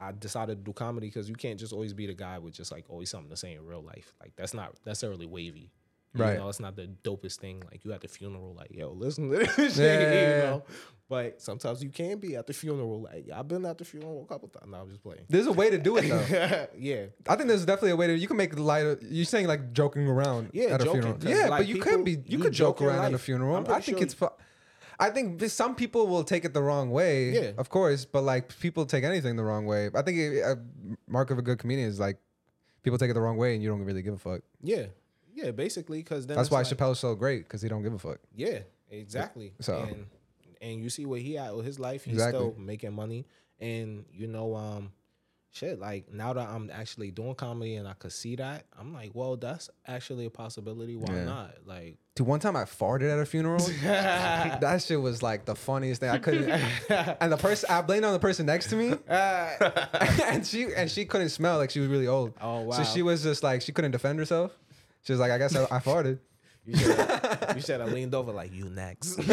Speaker 1: I decided to do comedy because you can't just always be the guy with just like always something to say in real life. Like that's not necessarily wavy.
Speaker 5: Right.
Speaker 1: You know, it's not the dopest thing. Like you at the funeral, like, yo, listen to this [LAUGHS] shit,
Speaker 5: Yeah.
Speaker 1: you know. But sometimes you can be at the funeral. Like, I've been at the funeral a couple times. No, I'm just playing. [LAUGHS]
Speaker 5: There's a way to do it though.
Speaker 1: yeah.
Speaker 5: I think there's definitely a way to you can make light. Of, you're saying like joking around
Speaker 1: Yeah,
Speaker 5: at a
Speaker 1: joking,
Speaker 5: funeral.
Speaker 1: 'cause,
Speaker 5: Yeah,
Speaker 1: like,
Speaker 5: but you
Speaker 1: people-
Speaker 5: could be you
Speaker 1: you
Speaker 5: could joke
Speaker 1: joke your
Speaker 5: around at a
Speaker 1: life.
Speaker 5: funeral.
Speaker 1: I'm
Speaker 5: I
Speaker 1: pretty
Speaker 5: think
Speaker 1: sure
Speaker 5: it's. fu- I think this- some people will take it the wrong way.
Speaker 1: Yeah.
Speaker 5: of course, but like people take anything the wrong way. I think eh, a a mark of a good comedian is like people take it the wrong way and you don't really give a fuck.
Speaker 1: Yeah. Yeah, basically, because then
Speaker 5: That's
Speaker 1: it's
Speaker 5: why
Speaker 1: like,
Speaker 5: Chappelle's so great because he don't give a fuck.
Speaker 1: Yeah, exactly.
Speaker 5: So-
Speaker 1: and, and you see where he at with his life. He's
Speaker 5: Exactly.
Speaker 1: still making money, and you know, um, shit. Like now that I'm actually doing comedy and I could see that, I'm like, well, that's actually a possibility. Why
Speaker 5: Yeah.
Speaker 1: not? Like,
Speaker 5: Dude, one time I farted at
Speaker 1: [LAUGHS]
Speaker 5: a funeral. that shit was like the funniest thing. I couldn't. And the person, I blamed it on the person next
Speaker 1: [LAUGHS]
Speaker 5: to me. and she and she couldn't smell. Like she was really old.
Speaker 1: Oh,
Speaker 5: So
Speaker 1: wow.
Speaker 5: she was just like she couldn't defend herself. She was like, I guess I, I
Speaker 1: [LAUGHS]
Speaker 5: farted.
Speaker 1: you said, you said I leaned over like you next. [LAUGHS]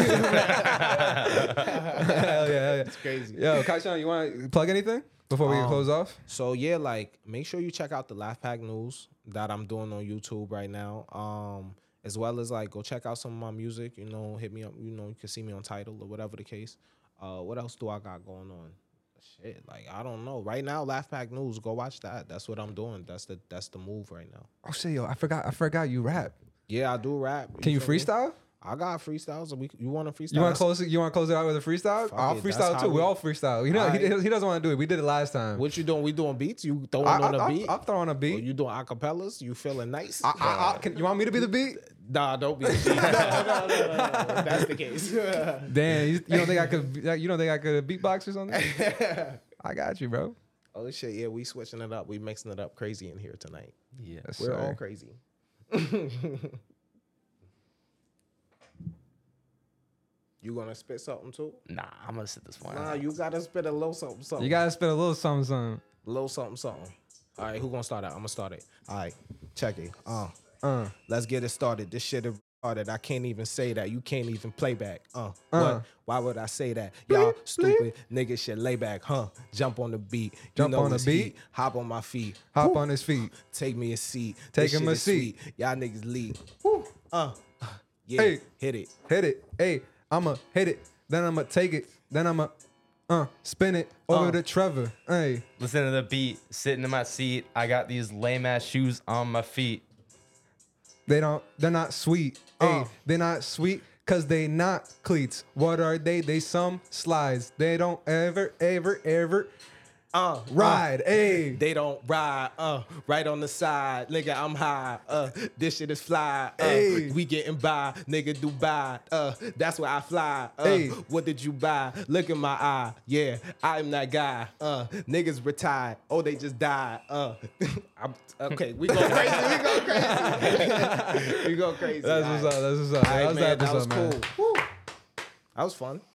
Speaker 5: hell yeah, hell yeah. It's
Speaker 1: crazy. Um,
Speaker 5: Yo, Kaishan, you want to plug anything before we close off?
Speaker 1: So yeah, like make sure you check out the Laugh Pack News that I'm doing on YouTube right now. Um, as well as like go check out some of my music. You know, hit me up. You know, you can see me on title or whatever the case. Uh, what else do I got going on? Shit, like I don't know. Right now, Laugh Pack News. Go watch that. That's what I'm doing. That's the that's the move right now.
Speaker 5: Oh shit, yo, I forgot. I forgot you rap.
Speaker 1: Yeah, I do rap.
Speaker 5: Can you
Speaker 1: feel me?
Speaker 5: freestyle?
Speaker 1: I got freestyles. We you want to freestyle?
Speaker 5: You want
Speaker 1: That's-
Speaker 5: to close it? You want to close it out with a freestyle?
Speaker 1: Fuck
Speaker 5: I'll
Speaker 1: it, that's
Speaker 5: freestyle
Speaker 1: how
Speaker 5: too. We
Speaker 1: we-
Speaker 5: all freestyle. You know, he,
Speaker 1: Alright.
Speaker 5: he doesn't want to do it. We did it last time.
Speaker 1: What you doing? We doing beats? You throwing
Speaker 5: I,
Speaker 1: on a
Speaker 5: I,
Speaker 1: beat?
Speaker 5: I, am throwing a
Speaker 1: Or
Speaker 5: beat.
Speaker 1: Oh, you doing acapellas? You feeling nice?
Speaker 5: I, I, I, can, you want me to be the beat?
Speaker 1: Nah, don't be. no, no, no, no, no, no. That's the case.
Speaker 5: Damn, you, you don't think I could? You don't think I could beatbox or [LAUGHS] something? I got you, bro.
Speaker 1: oh shit! Yeah, we switching it up. We mixing it up crazy in here tonight.
Speaker 3: Yeah.
Speaker 5: Yes,
Speaker 1: We're all
Speaker 5: sir.
Speaker 1: crazy. [LAUGHS] you gonna spit something too?
Speaker 3: Nah, I'm gonna sit this one.
Speaker 1: Nah,
Speaker 3: out.
Speaker 1: you gotta spit a little something, something.
Speaker 5: You gotta spit a little something, something.
Speaker 1: little something, something. All right, who gonna start it? I'm gonna start it. All right, check it. Uh,
Speaker 5: Uh.
Speaker 1: let's get it started. This shit is started. I can't even say that. You can't even play back. Uh,
Speaker 5: Uh.
Speaker 1: What? Why would I say that? Y'all stupid niggas should lay back, huh? Jump on the beat. You
Speaker 5: Jump
Speaker 1: know
Speaker 5: on the
Speaker 1: it's
Speaker 5: beat.
Speaker 1: heat. Hop on my feet.
Speaker 5: Hop
Speaker 1: Woo.
Speaker 5: on his feet.
Speaker 1: Take me a seat.
Speaker 5: Take
Speaker 1: This shit
Speaker 5: him a
Speaker 1: is
Speaker 5: seat.
Speaker 1: sweet. Y'all niggas lead. Woo. Uh. Yeah.
Speaker 5: Hey.
Speaker 1: Hit it.
Speaker 5: Hit it. Hey, I'ma hit it. Then I'ma take it. Then I'ma uh spin it over
Speaker 1: Uh.
Speaker 5: to Trevor. Hey.
Speaker 3: Listen to the beat. Sitting in my seat. I got these lame ass shoes on my feet.
Speaker 5: They don't. They're not sweet. Hey, they're not sweet because they not cleats. What are they? They some slides. They don't ever, ever, ever
Speaker 1: Uh.
Speaker 5: ride. Hey,
Speaker 1: They don't ride, uh, right on the side, nigga. I'm high, uh, this shit is fly, uh,
Speaker 5: Ayy.
Speaker 1: we getting by, nigga. Dubai, uh, that's where I fly. Uh,
Speaker 5: Ayy.
Speaker 1: what did you buy? Look in my eye, yeah, I'm that guy. Uh, niggas retired, oh they just died. Uh, [LAUGHS] I'm, okay, we go crazy, we go [LAUGHS] crazy, we go crazy.
Speaker 5: that's what's up. That's what's up.
Speaker 1: All right,
Speaker 5: that was
Speaker 1: man,
Speaker 5: the
Speaker 1: that was
Speaker 5: episode, man.
Speaker 1: cool. Woo. That was fun.